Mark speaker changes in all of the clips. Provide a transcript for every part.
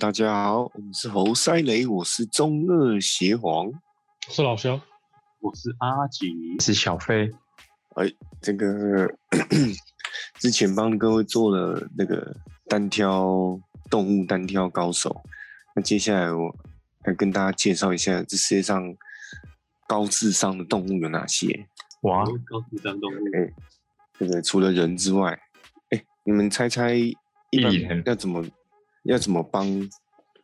Speaker 1: 大家好，我们是猴塞雷，我是中二邪皇。
Speaker 2: 我是老肖，
Speaker 3: 我是阿吉，
Speaker 4: 是小飞，
Speaker 1: 这个之前帮各位做了那个单挑动物单挑高手，那接下来我来跟大家介绍一下这世界上高智商的动物有哪些。
Speaker 4: 哇
Speaker 3: 我，是高智商动物，
Speaker 1: 这个除了人之外，哎、你们猜猜一
Speaker 4: 艺人
Speaker 1: 般要怎么要怎么帮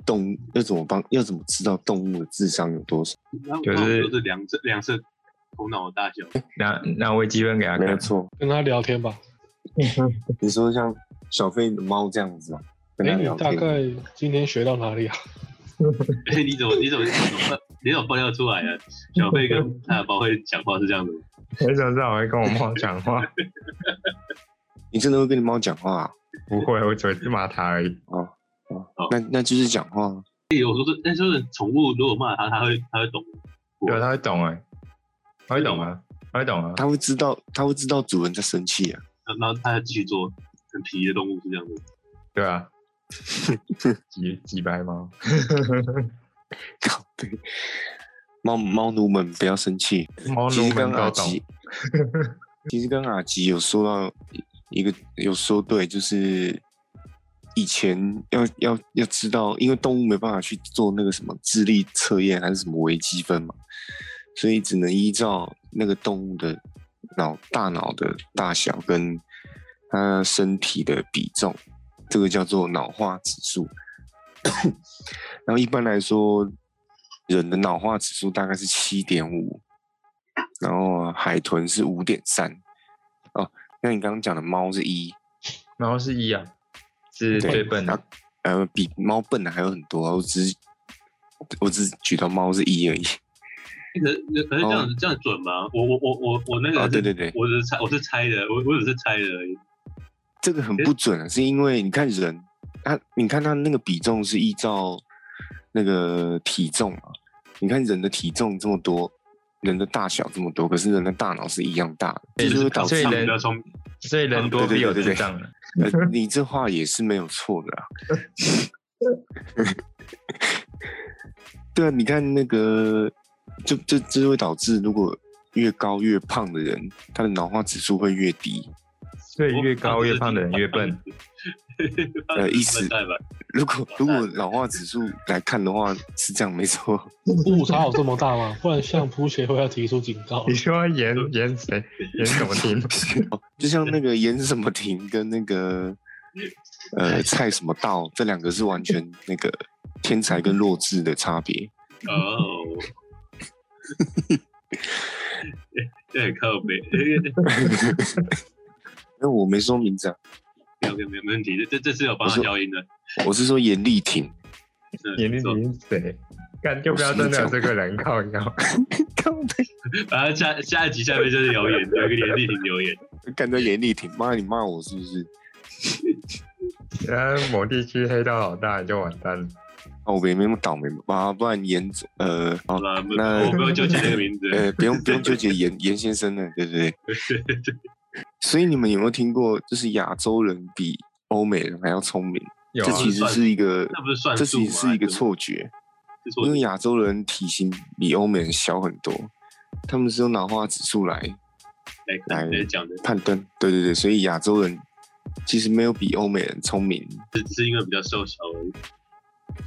Speaker 1: 动物要怎么帮要怎么知道动物的智商有多少？
Speaker 3: 然后
Speaker 4: 就
Speaker 3: 就是是两侧两侧头脑的大小，
Speaker 4: 那那微积分给他
Speaker 1: 没有
Speaker 4: 看，
Speaker 1: 错，
Speaker 2: 跟他聊天吧。
Speaker 1: 你说像小飞的猫这样子吗？跟
Speaker 2: 哎、
Speaker 1: 他
Speaker 2: 你
Speaker 1: 聊
Speaker 2: 大
Speaker 1: 天。
Speaker 2: 概今天学到 哪里啊？
Speaker 3: 哎、你怎么你怎么你怎么你怎么爆料出来啊？小 贝跟他的宝会讲话是这样子吗，
Speaker 4: 你怎么知道我会跟我猫讲 话？
Speaker 1: 你真的会跟你猫讲话、啊？
Speaker 4: 不会，我只会骂它而已。
Speaker 1: 哦哦
Speaker 3: 哦，
Speaker 1: 那那就是讲话。啊
Speaker 3: 哎、我说是，但是宠物如果骂它，它会它会懂，
Speaker 4: 对啊，它会懂哎，它会懂啊，它会懂啊。
Speaker 1: 它会知道，它会知道主人在生气啊。
Speaker 3: 然后它继续做。很皮的动物是这样子，
Speaker 4: 对 啊，几几白猫，
Speaker 1: 靠背，猫猫奴们不要生气。
Speaker 4: 猫
Speaker 1: 其
Speaker 4: 奴
Speaker 1: 实
Speaker 4: 们
Speaker 1: 跟
Speaker 4: 都
Speaker 1: 阿
Speaker 4: 懂。
Speaker 1: 吉，其实跟阿吉有说到一个，有说对，就是以前要要要知道，因为动物没办法去做那个什么智力测验还是什么微积分嘛，所以只能依照那个动物的脑大脑的大小跟它身体的比重，这个叫做脑化指数。 然后一般来说，人的脑化指数大概是七点五，然后海豚是五点三。哦，那你刚刚讲的猫是一，
Speaker 4: 然后是一啊，是
Speaker 1: 对
Speaker 4: 最笨
Speaker 1: 然后
Speaker 4: 的。
Speaker 1: 呃，比猫笨的还有很多啊。我只是我只是举到猫是一而已。
Speaker 3: 欸可可可是这样子、这样准吗？我我我我我那个是、
Speaker 1: 哦，对对对，
Speaker 3: 我只是猜我是猜的，我我只是猜的而已。
Speaker 1: 这个很不准啊，是因为你看人，他你看他那个比重是依照那个体重嘛，你看人的体重这么多，人的大小这么多，可是人的大脑是一样大的，这就是导致
Speaker 3: 搞
Speaker 4: 所以
Speaker 3: 错
Speaker 4: 人
Speaker 3: 比 较聪明，
Speaker 4: 所以人多
Speaker 1: 对对
Speaker 4: 必有
Speaker 1: 对对
Speaker 4: 智
Speaker 1: 对
Speaker 4: 障啊了。
Speaker 1: 呃，你这话也是没有错的啊。 对啊，你看那个，就这这就会导致，如果越高越胖的人，他的脑化指数会越低。
Speaker 4: 所以越高越胖的人越笨。。
Speaker 1: 呃意思
Speaker 3: 代吧，
Speaker 1: 如果如果老化指数来看的话，是这样没错。
Speaker 2: 误差有这么大吗？不然相扑协会要提出警告
Speaker 4: 你。说演演谁？演什么 听？
Speaker 1: 哦就像那个严什么庭跟那个呃蔡什么道，这两个是完全那个天才跟弱智的差别。
Speaker 3: 哦， 这很哎靠背。
Speaker 1: 那我没说名字啊，
Speaker 3: OK，没没问题，这这这是有帮
Speaker 1: 我
Speaker 3: 他
Speaker 1: 说
Speaker 3: 消音的。
Speaker 1: 我是说严丽婷。
Speaker 3: 嗯
Speaker 4: 演
Speaker 3: 没错
Speaker 4: 你是谁？干，要不要真的有这个人靠 腰？
Speaker 1: 靠背
Speaker 3: 然后下下一集下面就是留言，有一个连丽婷留言，
Speaker 1: 干掉严丽婷，妈你骂我是不是？
Speaker 4: 然后某地区黑道老大你就完蛋了。
Speaker 1: 哦，我没那么倒霉吧？啊不然严总呃，
Speaker 3: 好
Speaker 1: 哦，
Speaker 3: 吧，不
Speaker 1: 那
Speaker 3: 我不用纠结那个名字。
Speaker 1: 呃，不用不用纠结严严先生了，对不对？所以你们有没有听过，就是亚洲人比欧美人还要聪明？
Speaker 4: 有
Speaker 1: 这
Speaker 4: 啊，
Speaker 1: 其实是一个，
Speaker 3: 那不是算
Speaker 1: 这
Speaker 3: 数吗
Speaker 1: 其实是一个错觉，
Speaker 3: 是错
Speaker 1: 因为亚洲人体型比欧美人小很多，他们是用脑化指数来
Speaker 3: 来来讲的，
Speaker 1: 判断。对对对，所以亚洲人其实没有比欧美人聪明。
Speaker 3: 只只是因为比较瘦小而已。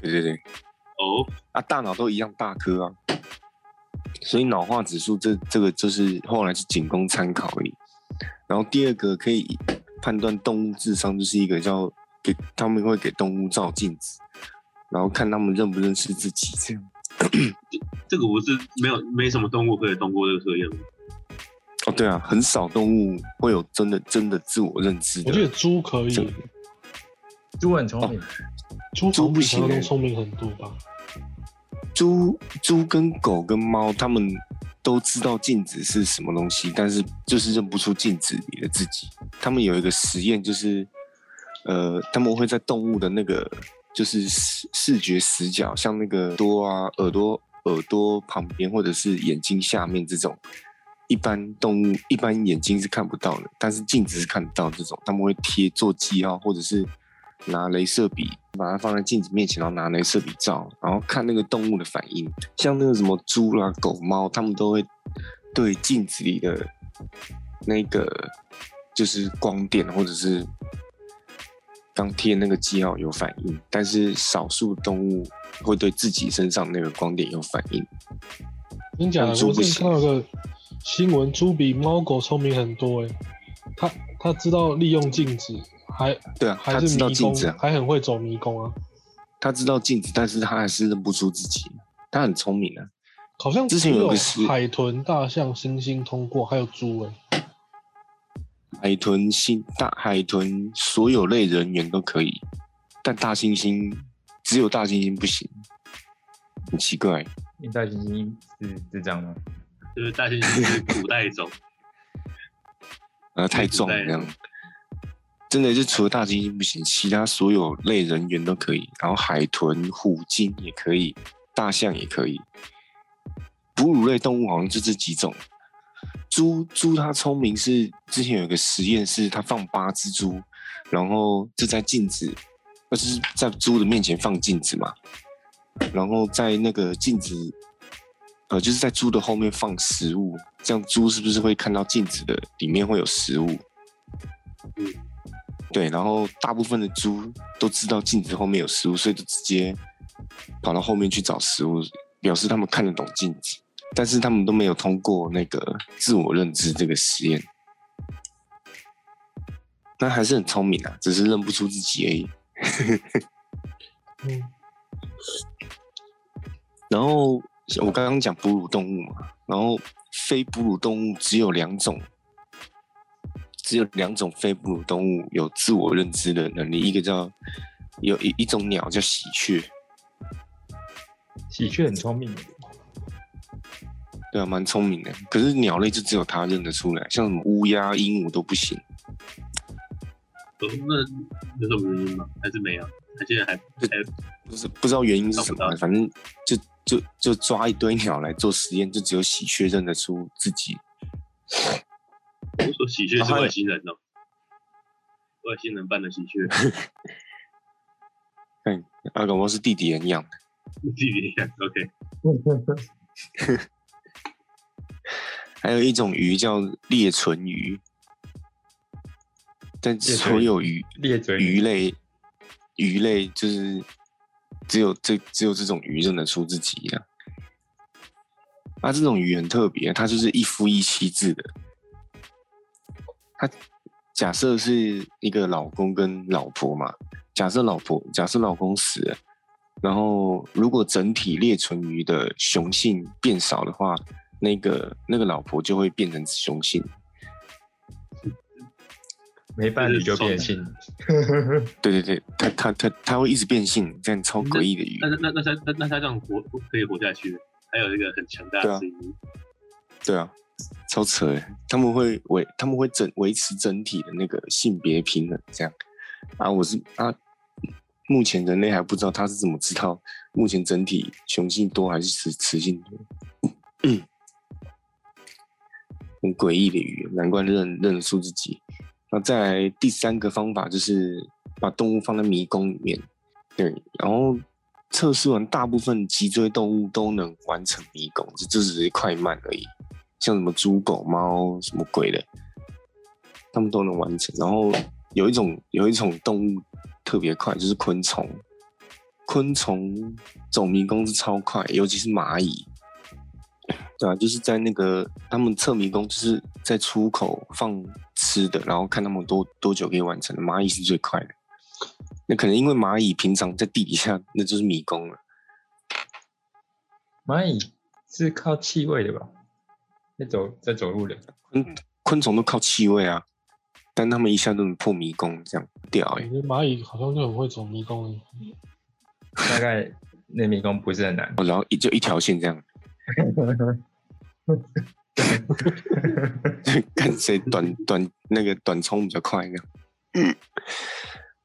Speaker 1: 对对对，
Speaker 3: 哦，
Speaker 1: 啊，大脑都一样大颗啊，所以脑化指数这这个就是后来是仅供参考而已。然后第二个可以判断动物智商，就是一个叫给他们会给动物照镜子，然后看他们认不认识自己这样。
Speaker 3: 这个我是没有没什么动物可以通过这个测验的。
Speaker 1: 哦，对啊，很少动物会有真的真的自我认知
Speaker 2: 我觉得
Speaker 1: 的。
Speaker 2: 猪可以，
Speaker 4: 猪很聪明，
Speaker 2: 猪
Speaker 1: 猪
Speaker 2: 好像
Speaker 1: 不
Speaker 2: 比小
Speaker 1: 行欸
Speaker 2: 动物聪明很多吧？
Speaker 1: 猪、猪跟狗跟猫，它们都知道镜子是什么东西，但是就是认不出镜子里的自己。他们有一个实验，就是呃，他们会在动物的那个就是视视觉死角，像那个多啊、耳朵、耳朵旁边或者是眼睛下面这种，一般动物一般眼睛是看不啊到的，但是镜子是看得到这种，他们会贴做记号，或者是拿镭射笔把它放在镜子面前，然后拿那个射笔照，然后看那个动物的反应。像那个什么猪啦、狗、猫，它们都会对镜子里的那个就是光点或者是刚贴那个记号有反应，但是少数动物会对自己身上那个光点有反应。
Speaker 2: 真假的？
Speaker 1: 猪
Speaker 2: 我
Speaker 1: 不
Speaker 2: 之前
Speaker 1: 行
Speaker 2: 看到有个新闻，猪比猫狗聪明很多、欸，它它知道利用镜子，还
Speaker 1: 对啊，
Speaker 2: 还
Speaker 1: 它
Speaker 2: 是
Speaker 1: 知道
Speaker 2: 迷
Speaker 1: 镜
Speaker 2: 宫
Speaker 1: 子啊，，
Speaker 2: 还很会走迷宫啊。
Speaker 1: 它知道镜子，但是它还是认不出自己。它很聪明啊，
Speaker 2: 好像
Speaker 1: 之前
Speaker 2: 只
Speaker 1: 有
Speaker 2: 有
Speaker 1: 一个是
Speaker 2: 海豚、大象、猩猩通过，还有猪、欸，
Speaker 1: 海豚、猩大海豚，所有类人员都可以，但大猩猩只有大猩猩不行，很奇怪。
Speaker 4: 你大猩猩是智障吗？
Speaker 3: 就是大猩猩是 古代种，哦
Speaker 1: 呃，太重了
Speaker 3: 对
Speaker 1: 这样。真的是除了大猩猩不行，其他所有类人猿都可以，然后海豚、虎鲸也可以，大象也可以。哺乳类动物好像就这几种。猪猪它聪明是之前有一个实验是它放八只猪，然后就在镜子，呃就是在猪的面前放镜子嘛，然后在那个镜子，呃，就是在猪的后面放食物，这样猪是不是会看到镜子的里面会有食物？
Speaker 3: 嗯
Speaker 1: 对，然后大部分的猪都知道镜子后面有食物，所以就直接跑到后面去找食物，表示他们看得懂镜子，但是他们都没有通过那个自我认知这个实验。那还是很聪明啊，只是认不出自己而已。
Speaker 2: 欸，嗯，
Speaker 1: 然后我刚刚讲哺乳动物嘛，然后非哺乳动物只有两种，只有两种非哺乳动物有自我认知的能力，一个叫有一一种鸟叫喜鹊，
Speaker 4: 喜鹊很聪 明的，
Speaker 1: 对啊，蛮聪明的。可是鸟类就只有它认得出来，像什么乌鸦、鹦鹉都不行，
Speaker 3: 呃那有什么原因吗？还是没有？他现在还还
Speaker 1: 不是不知道原因是什么，反正就就就抓一堆鸟来做实验，就只有喜鹊认得出自己。
Speaker 3: 我说喜鹊是外星人哦，外星人扮的喜鹊，
Speaker 1: 啊，搞不好是弟弟人养的。
Speaker 3: 弟弟 OK，
Speaker 1: 还有一种鱼叫裂唇鱼，但
Speaker 4: 唇鱼
Speaker 1: 所有鱼
Speaker 4: 裂嘴女
Speaker 1: 鱼类鱼类就是只有这只有这种鱼认得出自己啊。啊，这种鱼很特别，它就是一夫一妻制的。它假设是一个老公跟老婆嘛，假设老婆假设老公死了，然后如果整体裂唇鱼的雄性变少的话，那个那个老婆就会变成雄性。
Speaker 4: 没伴侣就变性，
Speaker 1: 对对对，它它它它会一直变性，这样超诡异的鱼。
Speaker 3: 那那那那他那他这样活可以活下去，还有一个很强大
Speaker 1: 对啊
Speaker 3: 的声音，
Speaker 1: 对啊，超扯欸！他们会维他们会整维持整体的那个性别平衡，这样啊，我是啊，目前人类还不知道他是怎么知道目前整体雄性多还是雌雌性多，嗯很诡异的语言，难怪认认得出自己。那再来第三个方法就是把动物放在迷宫里面，对，然后测试完大部分脊椎动物都能完成迷宫，这这只是快慢而已。像什么猪、狗、猫什么鬼的，它们都能完成。然后有一种有一种动物特别快，就是昆虫。昆虫走迷宫是超快，尤其是蚂蚁。对啊，就是在那个他们测迷宫，就是在出口放吃的，然后看他们多多久可以完成。蚂蚁是最快的。那可能因为蚂蚁平常在地底下，那就是迷宫了。
Speaker 4: 蚂蚁是靠气味的吧？在走在走路的，
Speaker 1: 昆虫都靠气味啊，但他们一下都能破迷宫，这样屌
Speaker 2: 我
Speaker 1: 哎、
Speaker 2: 觉得蚂蚁好像就很会走迷宫、欸，
Speaker 4: 大概那迷宫不是很难。
Speaker 1: 哦然后一就一条线这样，看谁短短那个短冲比较快这样。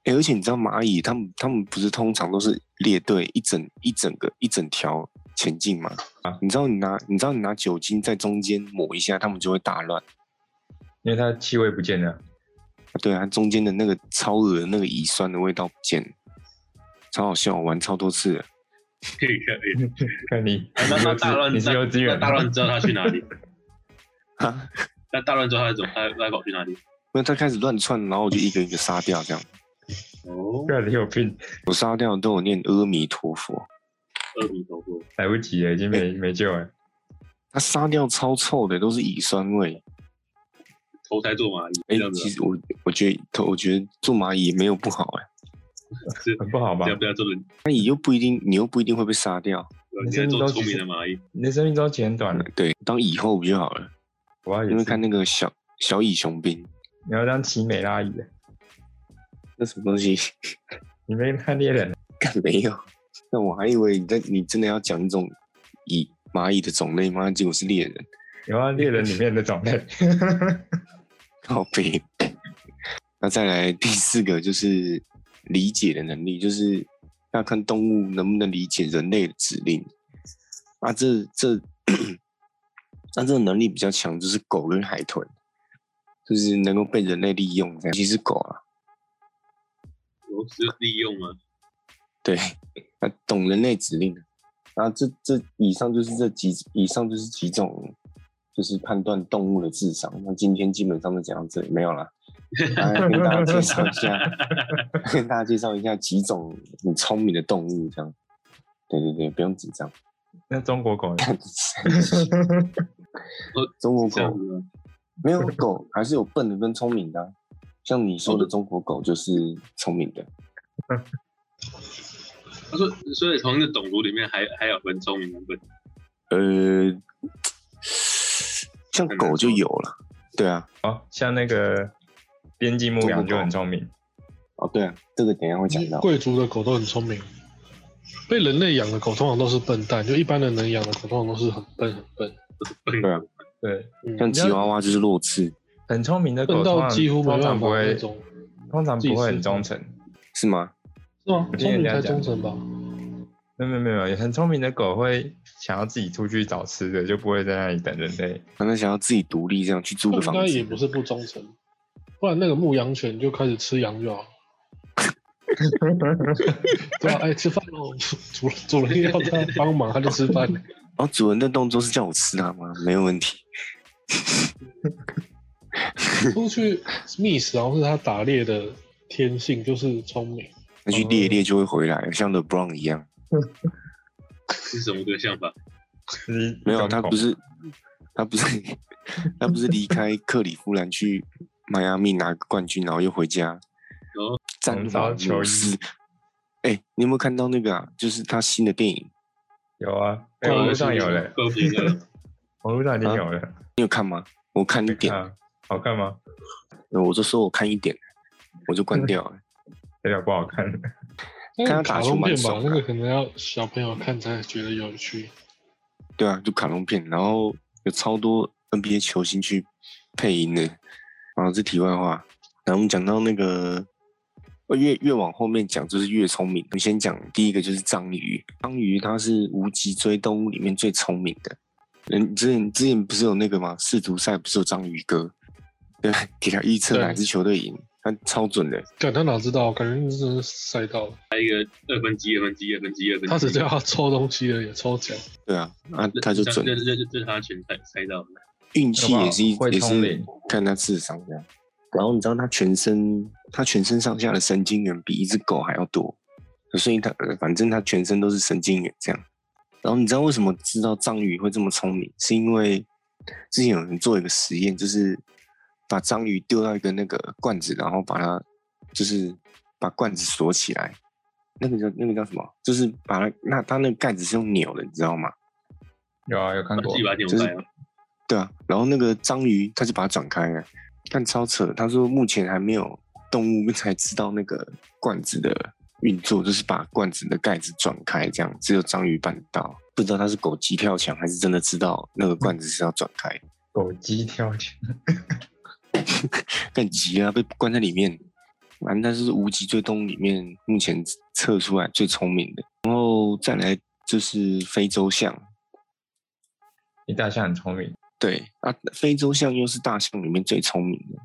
Speaker 1: 哎、而且你知道蚂蚁，它们它们不是通常都是列队一整一整个一整条前进吗？
Speaker 4: 啊
Speaker 1: 你知道你拿你知道你拿酒精在中间抹一下，它们就会打乱。
Speaker 4: 因为它气味不见了。
Speaker 1: 对啊，中间的那个超恶的那个乙酸的味道不见了。超好笑，我玩超多次的。
Speaker 3: 可以可以。
Speaker 4: 看你，
Speaker 3: 啊那
Speaker 4: 你
Speaker 3: 那
Speaker 4: 幼
Speaker 3: 大
Speaker 4: 稚，
Speaker 3: 乱，
Speaker 4: 你是幼稚
Speaker 3: 那
Speaker 4: 园啊
Speaker 3: 大
Speaker 4: 吗，
Speaker 3: 乱知道他去哪里？
Speaker 1: 哈，
Speaker 3: 那大乱知道他怎么，他他跑去哪里？
Speaker 1: 那他开始乱窜，然后我就一个一个杀掉，这样。
Speaker 3: 哦，
Speaker 4: 看你有病，
Speaker 1: 我杀掉的都有念阿弥陀佛，
Speaker 3: 二米头部，
Speaker 4: 来不及了，已经 没没救了。
Speaker 1: 他杀掉超臭的，都是乙酸味。
Speaker 3: 投胎做蚂蚁，
Speaker 1: 哎、
Speaker 3: 这样
Speaker 1: 其
Speaker 3: 子啊
Speaker 1: 实我我觉得，我觉得做蚂蚁也没有不好哎、
Speaker 4: 很不好
Speaker 3: 啊，
Speaker 4: 吧
Speaker 3: 这？样不要这么，
Speaker 1: 那你又不一定，你又不一定会被杀掉。
Speaker 3: 你
Speaker 4: 你
Speaker 3: 在
Speaker 4: 是
Speaker 3: 做
Speaker 4: 都
Speaker 3: 聪
Speaker 4: 其
Speaker 3: 明
Speaker 4: 实
Speaker 3: 的蚂蚁，
Speaker 4: 你的生命周期很短，
Speaker 1: 对，当蚁后不就好了？
Speaker 4: 我要
Speaker 1: 因
Speaker 4: 也
Speaker 1: 为
Speaker 4: 是
Speaker 1: 看那个小小蚁雄兵，
Speaker 4: 你要当奇美拉蚁，
Speaker 1: 那什么东西
Speaker 4: 你没看猎人，
Speaker 1: 干没有？ 那我还以为你在你真的要讲一种蚁蚂蚁的种类吗？结果是猎人，
Speaker 4: 你要猎人里面的种类。
Speaker 1: 靠背。那再来第四个就是理解的能力，就是要看动物能不能理解人类的指令。啊，这这，那这个能力比较强，就是狗跟海豚，就是能够被人类利用这样。尤其是狗啊，
Speaker 3: 我只是利用吗？
Speaker 1: 对，啊，懂人类指令的啊，这这以上就是这几以上就是几种，就是判断动物的智商。那今天基本上就讲到这里，没有啦。来跟大家介绍一下， 跟大家介绍一下几种很聪明的动物，这样。对对对，不用紧张。
Speaker 4: 那中 国狗呢，
Speaker 1: 中国
Speaker 3: 这样
Speaker 1: 狗
Speaker 3: 子啊吗？
Speaker 1: 没有狗，还是有笨的跟聪明的啊、像你说的中国狗就是聪明的，
Speaker 3: 他说，所以从那种族里面还还有分聪明跟笨，
Speaker 1: 呃，像
Speaker 3: 很难
Speaker 1: 狗就
Speaker 3: 说
Speaker 1: 有了，对啊，
Speaker 4: 哦，像那个边境牧羊就很聪明，
Speaker 1: 哦对啊，这个等一下会讲到。
Speaker 2: 贵族的狗都很聪明，被人类养的狗通常都是笨蛋，就一般人能养的狗通常都是很笨很笨，
Speaker 1: 对啊
Speaker 4: 对，
Speaker 1: 像
Speaker 2: 嗯，
Speaker 1: 吉娃娃就是弱智，
Speaker 4: 很聪明的
Speaker 2: 笨
Speaker 4: 狗通
Speaker 2: 到
Speaker 4: 常
Speaker 2: 几乎没
Speaker 4: 通
Speaker 2: 办
Speaker 4: 常
Speaker 2: 法
Speaker 4: 不
Speaker 2: 那
Speaker 4: 会，
Speaker 2: 种，
Speaker 4: 通常不会很忠诚。
Speaker 1: 是吗？
Speaker 2: 是吗？
Speaker 4: 我听
Speaker 2: 聪
Speaker 4: 人
Speaker 2: 明
Speaker 4: 家
Speaker 2: 才
Speaker 4: 讲
Speaker 2: 忠诚吧？
Speaker 4: 没有没有没有，很聪明的狗会想要自己出去找吃的，就不会在那里等 人类。
Speaker 1: 他们想要自己独立，这样去租个
Speaker 2: 应
Speaker 1: 房
Speaker 2: 该也不
Speaker 1: 子。
Speaker 2: 是不忠诚，不然那个牧羊犬就开始吃羊就好了。对啊，哎、吃饭喽！主 主人要他帮忙，他就吃 饭。
Speaker 1: 然后哦主人的动作是叫我吃它吗？没有问题。
Speaker 2: 出去觅食，然后是他打猎的天性，就是聪明。
Speaker 1: 那去猎一猎就会回来，像 The Brown 一样。
Speaker 3: 是什么个想法？
Speaker 4: 就是
Speaker 1: 没
Speaker 4: 一
Speaker 1: 有，啊
Speaker 4: 种
Speaker 1: 他
Speaker 4: 狗
Speaker 1: 不是，他不是，他不是离开克利夫兰去迈阿密拿个冠军，然后又回家
Speaker 3: 哦，
Speaker 1: 战
Speaker 4: 红
Speaker 1: 法
Speaker 4: 烧球
Speaker 1: 牛斯。哎、你有没有看到那个啊？就是他新的电影，
Speaker 4: 有啊，哎
Speaker 2: 狗
Speaker 4: 网络上有了，
Speaker 3: 狗皮的，
Speaker 4: 网络上已经有了。
Speaker 1: 你有看吗？我看 一啊点，
Speaker 4: 啊，好看吗？
Speaker 1: 我就说我看一点，我就关掉了。
Speaker 4: 有点不好看。
Speaker 2: 那
Speaker 1: 看他
Speaker 2: 个
Speaker 1: 打
Speaker 2: 卡
Speaker 1: 球
Speaker 2: 通
Speaker 1: 蛮
Speaker 2: 片吧
Speaker 1: 爽，的
Speaker 2: 那个可能要小朋友看才觉得有趣。
Speaker 1: 对啊，就卡通片，然后有超多 NBA 球星去配音的。啊，这题外话。然后我们讲到那个，呃越越往后面讲就是越聪明。我们先讲第一个就是章鱼，章鱼它是无脊椎动物里面最聪明的。人之前之前不是有那个吗？世足赛不是有章鱼哥？ 对，给他预测
Speaker 2: 对
Speaker 1: 哪支球队赢，他超准的。
Speaker 2: 感他哪知道？感觉真的是赛到了。
Speaker 3: 二分之一，二分之一，二分之一，二分之一。
Speaker 2: 他只叫他抽东西而已，抽奖。
Speaker 1: 对啊，啊，他就准
Speaker 3: 这。这这这他全猜猜到了，
Speaker 1: 运气也是一
Speaker 4: 好不好
Speaker 1: 也
Speaker 4: 会通
Speaker 1: 是
Speaker 4: 灵
Speaker 1: 看他智商这样。然后你知道他全身，他全身上下的神经元比一只狗还要多，所以他呃反正他全身都是神经元这样。然后你知道为什么知道章鱼会这么聪明？是因为之前有人做一个实验，就是把章鱼丢到一个那个罐子，然后把它就是把罐子锁起来，那个叫那个叫什么？就是把它那它那个盖子是用扭的，你知道吗？
Speaker 4: 有啊，有看
Speaker 3: 把
Speaker 4: 过
Speaker 3: 自己。把它扭
Speaker 1: 就是
Speaker 3: 开了。
Speaker 1: 对啊，然后那个章鱼他就把它转开了，但超扯。他说目前还没有动物才知道那个罐子的运作，就是把罐子的盖子转开，这样只有章鱼办得到。不知道他是狗急跳墙，还是真的知道那个罐子是要转开，
Speaker 4: 狗鸡跳墙，
Speaker 1: 更急啊，被关在里面。反正他是无脊椎动物里面目前测出来最聪明的。然后再来就是非洲象，
Speaker 4: 你大象很聪明，
Speaker 1: 对啊，非洲象又是大象里面最聪明的。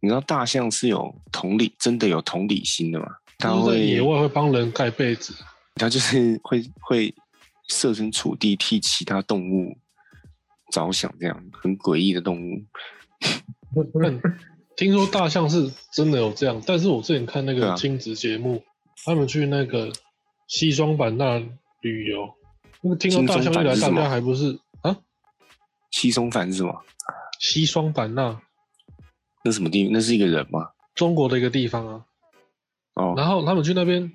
Speaker 1: 你知道大象是有同理，真的有同理心的吗？它
Speaker 2: 就是在
Speaker 1: 会
Speaker 2: 野外会帮人盖被子，
Speaker 1: 它就是会会设身处地替其他动物着想，这样很诡异的动物。
Speaker 2: 听说大象是真的有这样，但是我之前看那
Speaker 1: 对
Speaker 2: 个
Speaker 1: 啊
Speaker 2: 亲子节目，他们去那个西双版纳旅游，那个听说大象一来，
Speaker 1: 西
Speaker 2: 大
Speaker 1: 双版纳是什
Speaker 2: 家
Speaker 1: 么
Speaker 2: 还不是啊？
Speaker 1: 西松凡是什么？
Speaker 2: 西双版纳，
Speaker 1: 那什么地？那是一个人吗？
Speaker 2: 中国的一个地方啊。
Speaker 1: 哦，
Speaker 2: 然后他们去那边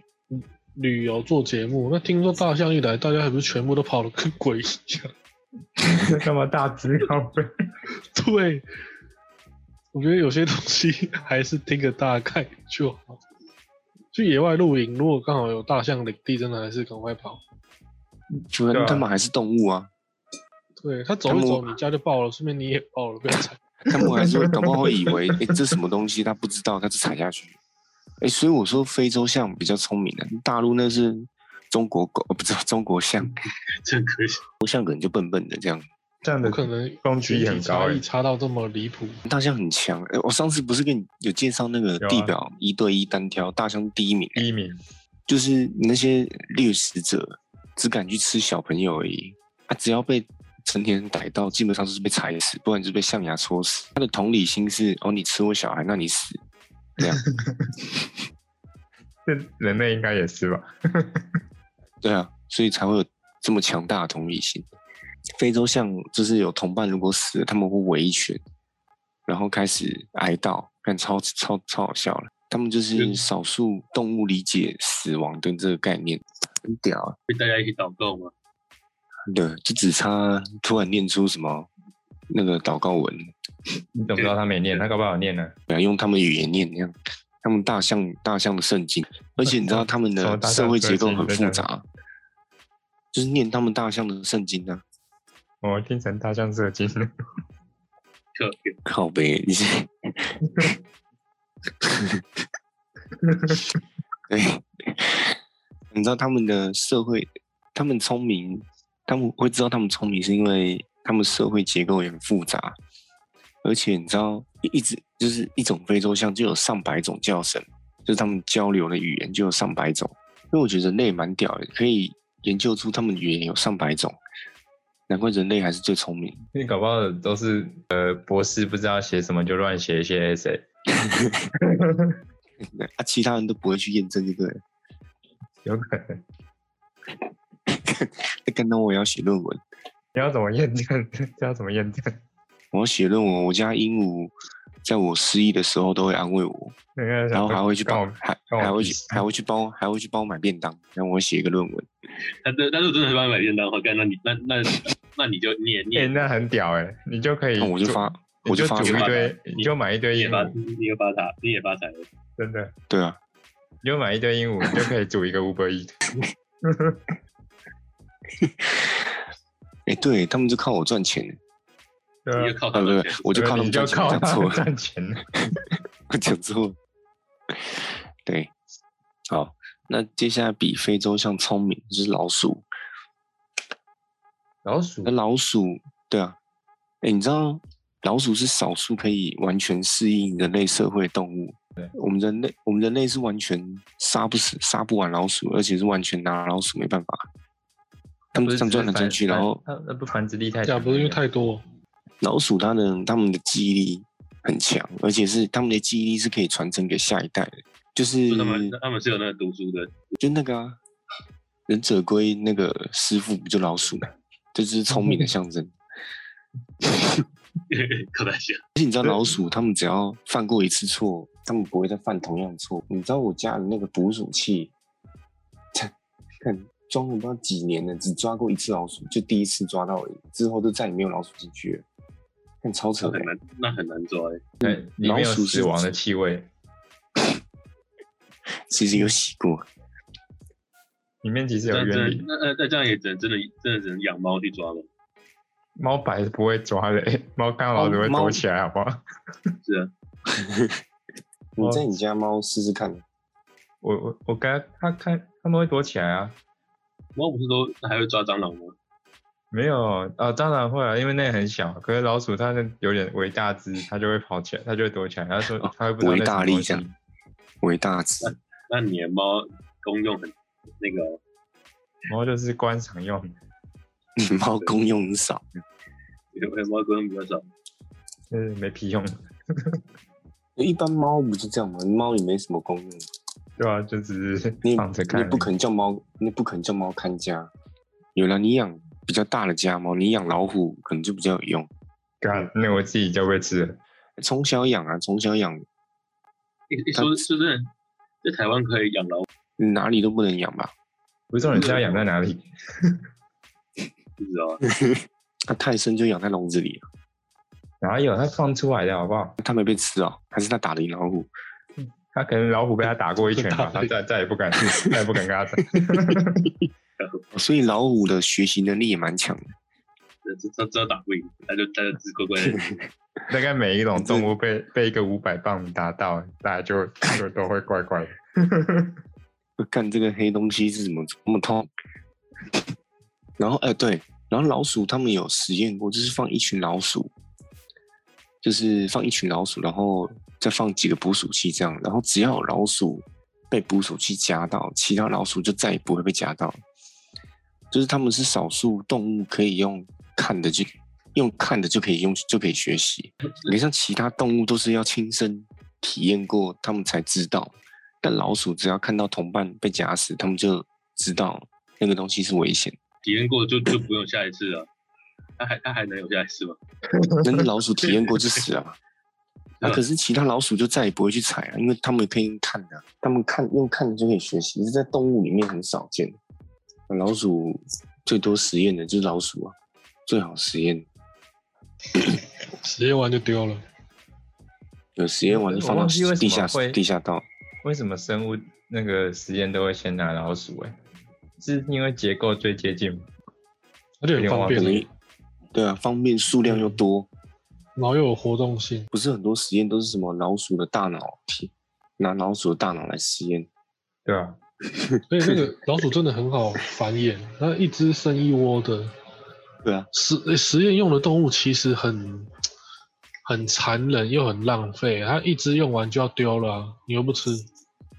Speaker 2: 旅游做节目，那听说大象一来，大家还不是全部都跑得跟 鬼一样？
Speaker 4: 干嘛大只高飞？
Speaker 2: 对，我觉得有些东西 还是听个大概就好。去野外露营，如果刚好有大象领地，真的还是赶快跑。
Speaker 1: 就
Speaker 4: 对啊
Speaker 1: 他们还是动物啊，
Speaker 2: 对他走一
Speaker 1: 他
Speaker 2: 走，
Speaker 1: 们
Speaker 2: 你家就爆了，顺便你也爆了，不要踩。
Speaker 1: 他们还是 会，搞不好会以为，哎、这什么东西？他不知道，他就踩下去。哎、所以我说非洲象比较聪明的、大陆那是中国狗，呃不知道中国象，
Speaker 3: 真可惜。
Speaker 1: 中国象可能就笨笨的这样。
Speaker 4: 这样
Speaker 2: 不
Speaker 4: 的
Speaker 2: 可能
Speaker 4: 攻击
Speaker 2: 群
Speaker 4: 力
Speaker 2: 体
Speaker 4: 很高
Speaker 2: 差异
Speaker 4: 哎，
Speaker 2: 差到这么离谱。
Speaker 1: 大象很强，哎、我上次不是跟你有介绍那个
Speaker 4: 有啊
Speaker 1: 地表一对一单挑，大象第一名、
Speaker 4: 第一名。
Speaker 1: 就是那些掠食者只敢去吃小朋友而已，啊，只要被成年人逮到，基本上就是被踩死，不然就是被象牙戳死。他的同理心是，哦，你吃我小孩，那你死，这样，
Speaker 4: 这人类应该也是吧？
Speaker 1: 对啊，所以才会有这么强大的同理心。非洲象就是有同伴如果死了，他们会围一圈，然后开始哀悼，看超超超好笑了。他们就是
Speaker 4: 嗯
Speaker 1: 少数动物理解死亡的这个概念，很屌啊！
Speaker 3: 会大家一起祷告吗？
Speaker 1: 对，就只差突然念出什么那个祷告文，
Speaker 4: 你怎么知道他没念？他搞不好有念呢。
Speaker 1: 然后用他们语言念那样。他们大象大象的圣经，而且你知道他们
Speaker 4: 什么
Speaker 1: 的
Speaker 4: 大象
Speaker 1: 社会结构
Speaker 4: 圣经
Speaker 1: 很
Speaker 4: 对
Speaker 1: 复
Speaker 4: 对
Speaker 1: 杂，就是念他们大象的圣经啊。
Speaker 4: 我哦听成大象射 精，
Speaker 3: 特别
Speaker 1: 靠北，你是对，你知道他们的社会，他们聪明，他们会知道他们聪明，是因为他们社会结构也很复杂，而且你知道，一一直就是一种非洲象就有上百种叫声，就是他们交流的语言就有上百种。因为我觉得人类蛮屌的，可以研究出他们语言有上百种，难怪人类还是最聪明。
Speaker 4: 你搞不好都是呃博士不知道写什么就乱写一些 essay。
Speaker 1: 对 啊，其他人都不会去验证这个。
Speaker 4: 有可能。
Speaker 1: 那刚刚我也要写论文，
Speaker 4: 你要怎么验证？ 这要怎么验证？
Speaker 1: 我要写论文。我家鹦鹉在我失忆的时候都会安慰我，
Speaker 4: 那个
Speaker 1: 然后还会去
Speaker 4: 帮
Speaker 1: 帮
Speaker 4: 我，
Speaker 1: 还
Speaker 4: 关我
Speaker 1: 还会
Speaker 4: 屁
Speaker 1: 去
Speaker 4: 事
Speaker 1: 还会去帮我还会去帮我买便当，然后我写一个论文。
Speaker 3: 他但但是我真的很帮你买便当的话，干那你那那那你就你也你
Speaker 4: 哎、
Speaker 3: 也
Speaker 4: 那很屌哎、你就可以
Speaker 1: 那
Speaker 4: 做，
Speaker 1: 哦我就发
Speaker 4: 你
Speaker 1: 我就
Speaker 4: 就
Speaker 1: 发
Speaker 4: 煮
Speaker 1: 财
Speaker 4: 一
Speaker 3: 了
Speaker 4: 堆，你就买一堆
Speaker 3: 你
Speaker 4: 鹦
Speaker 3: 也发
Speaker 4: 鹉，
Speaker 3: 你也发财，你也发财了。
Speaker 4: 真的，
Speaker 1: 对啊，
Speaker 4: 你就买一堆鹦鹉，你就可以煮一个五百亿。
Speaker 1: 哎、对他们就靠我赚 钱，
Speaker 3: 你
Speaker 4: 对
Speaker 3: 就
Speaker 4: 啊，
Speaker 3: 靠
Speaker 1: 啊
Speaker 3: 他
Speaker 1: 不
Speaker 3: 们
Speaker 1: 不
Speaker 3: 钱，，
Speaker 1: 我就
Speaker 4: 对
Speaker 1: 靠他
Speaker 4: 你
Speaker 1: 们
Speaker 4: 就
Speaker 1: 赚钱，
Speaker 4: 靠
Speaker 1: 讲
Speaker 4: 他
Speaker 1: 错
Speaker 4: 们
Speaker 1: 了，
Speaker 4: 赚钱。
Speaker 1: 我讲错了。 对，好，那接下来比非洲象聪明就是老鼠，
Speaker 4: 老鼠
Speaker 1: 那老鼠，对啊，哎、你知道老鼠是少数可以完全适应人类社会的动物。
Speaker 4: 对
Speaker 1: 我们人类，我们人类是完全杀不死、杀不完老鼠，而且是完全拿老鼠没办法。他们
Speaker 4: 不
Speaker 1: 这
Speaker 4: 是
Speaker 1: 样
Speaker 4: 只是
Speaker 1: 转来转
Speaker 4: 繁
Speaker 1: 去，
Speaker 4: 繁
Speaker 1: 然后
Speaker 4: 它那不繁殖力太
Speaker 2: 这样
Speaker 4: 强了，
Speaker 2: 啊不是因为太多，
Speaker 1: 老鼠它的它们的记忆力很强，而且是它们的记忆力是可以传承给下一代的，就是
Speaker 3: 就他们他们是有那个读书的，
Speaker 1: 就那个啊，忍者龟那个师傅不就老鼠吗？这就是聪明的象征。
Speaker 3: 靠他想，
Speaker 1: 而且你知道老鼠，他们只要犯过一次错，他们不会再犯同样的错。你知道我家的那个捕鼠器， 看装了不知道几年了，只抓过一次老鼠，就第一次抓到而已，之后就再也没有老鼠进去了。看超扯的
Speaker 3: 那很，难那很难抓哎。
Speaker 4: 对，
Speaker 1: 嗯
Speaker 4: 里面
Speaker 1: 老
Speaker 4: 有
Speaker 1: 鼠是
Speaker 4: 死亡的气味，
Speaker 1: 其实有洗过，
Speaker 4: 里面其实 有
Speaker 3: 那
Speaker 4: 原理
Speaker 3: 真。那那那这样也只能真的真的只能养猫去抓了。
Speaker 4: 猫白是不会抓的、欸，猫看到老鼠会
Speaker 1: 猫
Speaker 4: 躲起来，好不好？
Speaker 3: 是啊，
Speaker 1: 你在你家猫试试看，
Speaker 4: 我我我刚它看它们会躲起来啊，
Speaker 3: 猫不是都还会抓蟑螂吗？
Speaker 4: 没有啊，当然会啊，因为那很小。可是老鼠它是有点为大只，它就会跑起来，它就会躲起来。它说
Speaker 1: 哦
Speaker 4: 它会不知道那
Speaker 1: 为大
Speaker 4: 什么
Speaker 1: 力这样
Speaker 4: 东西
Speaker 1: 伟大之
Speaker 3: 那你的猫公用很那个，
Speaker 4: 猫就是观赏用的，
Speaker 1: 你猫公用很少，
Speaker 3: 因为猫公用比较少，
Speaker 4: 就是没屁用，
Speaker 1: 一般猫不是这样吗？猫也没什么功用，
Speaker 4: 对吧、啊？就只是
Speaker 1: 你
Speaker 4: 放着
Speaker 1: 你
Speaker 4: 看而已，
Speaker 1: 不可能叫猫，你不可能叫猫看家。有了，你养比较大的家猫，你养老虎可能就比较有用。
Speaker 4: 干，啊那我自己就会吃了。
Speaker 1: 从小养啊，从小养，
Speaker 3: 一一说说真的，在台湾可以养老虎，
Speaker 1: 你哪里都不能养吧？
Speaker 4: 不是重点是要养在哪里，
Speaker 3: 不知道啊，
Speaker 1: 它太深就养在笼子里了，
Speaker 4: 哪有它放出来的好不好？
Speaker 1: 它没被吃哦，还是它打赢老虎？
Speaker 4: 它可能老虎被它 打过一拳吧，它再再也不敢，再也不敢跟它打。
Speaker 1: 所以老虎的学习能力也蛮强的。
Speaker 3: 这这这打不赢，它就它就自乖乖的。
Speaker 4: 大概每一种动物被被一个五百磅打到，大家就就都会怪怪的。
Speaker 1: 我干这个黑东西是怎么这么痛？然后，哎、对，然后老鼠他们有实验过，就是放一群老鼠，就是放一群老鼠，然后再放几个捕鼠器这样，然后只要有老鼠被捕鼠器夹到，其他老鼠就再也不会被夹到。就是他们是少数动物可以用看的就用看的就可以用就可以学习，你像其他动物都是要亲身体验过，他们才知道。但老鼠只要看到同伴被夹死，他们就知道那个东西是危险。
Speaker 3: 体验过就就不用下一次了，它还它还能有下一次吗？
Speaker 1: 那那老鼠体验过就死了嘛。啊，
Speaker 3: 嗯
Speaker 1: 可是其他老鼠就再也不会去踩了，因为他们可以看的、他们看用看就可以学习，这是在动物里面很少见。啊老鼠最多实验的就是老鼠啊，最好实验。
Speaker 2: 实验完就丢了。
Speaker 1: 有实验完就放到
Speaker 4: 我忘记为什么
Speaker 1: 地下
Speaker 4: 会
Speaker 1: 地下道，
Speaker 4: 为什么生物那个实验都会先拿老鼠、欸？是因为结构最接近吗？
Speaker 2: 而且很方
Speaker 1: 可
Speaker 2: 便，
Speaker 4: 有啊
Speaker 1: 能对啊，方便数量又多，
Speaker 2: 然后又有活动性，
Speaker 1: 不是很多实验都是什么老鼠的大脑，拿老鼠的大脑来实验。
Speaker 4: 对吧、
Speaker 2: 所以那个老鼠真的很好繁衍。那一只生一窝的
Speaker 1: 对啊，
Speaker 2: 实诶实验用的动物其实很很残忍又很浪费，它一只用完就要丢了啊、你又不吃，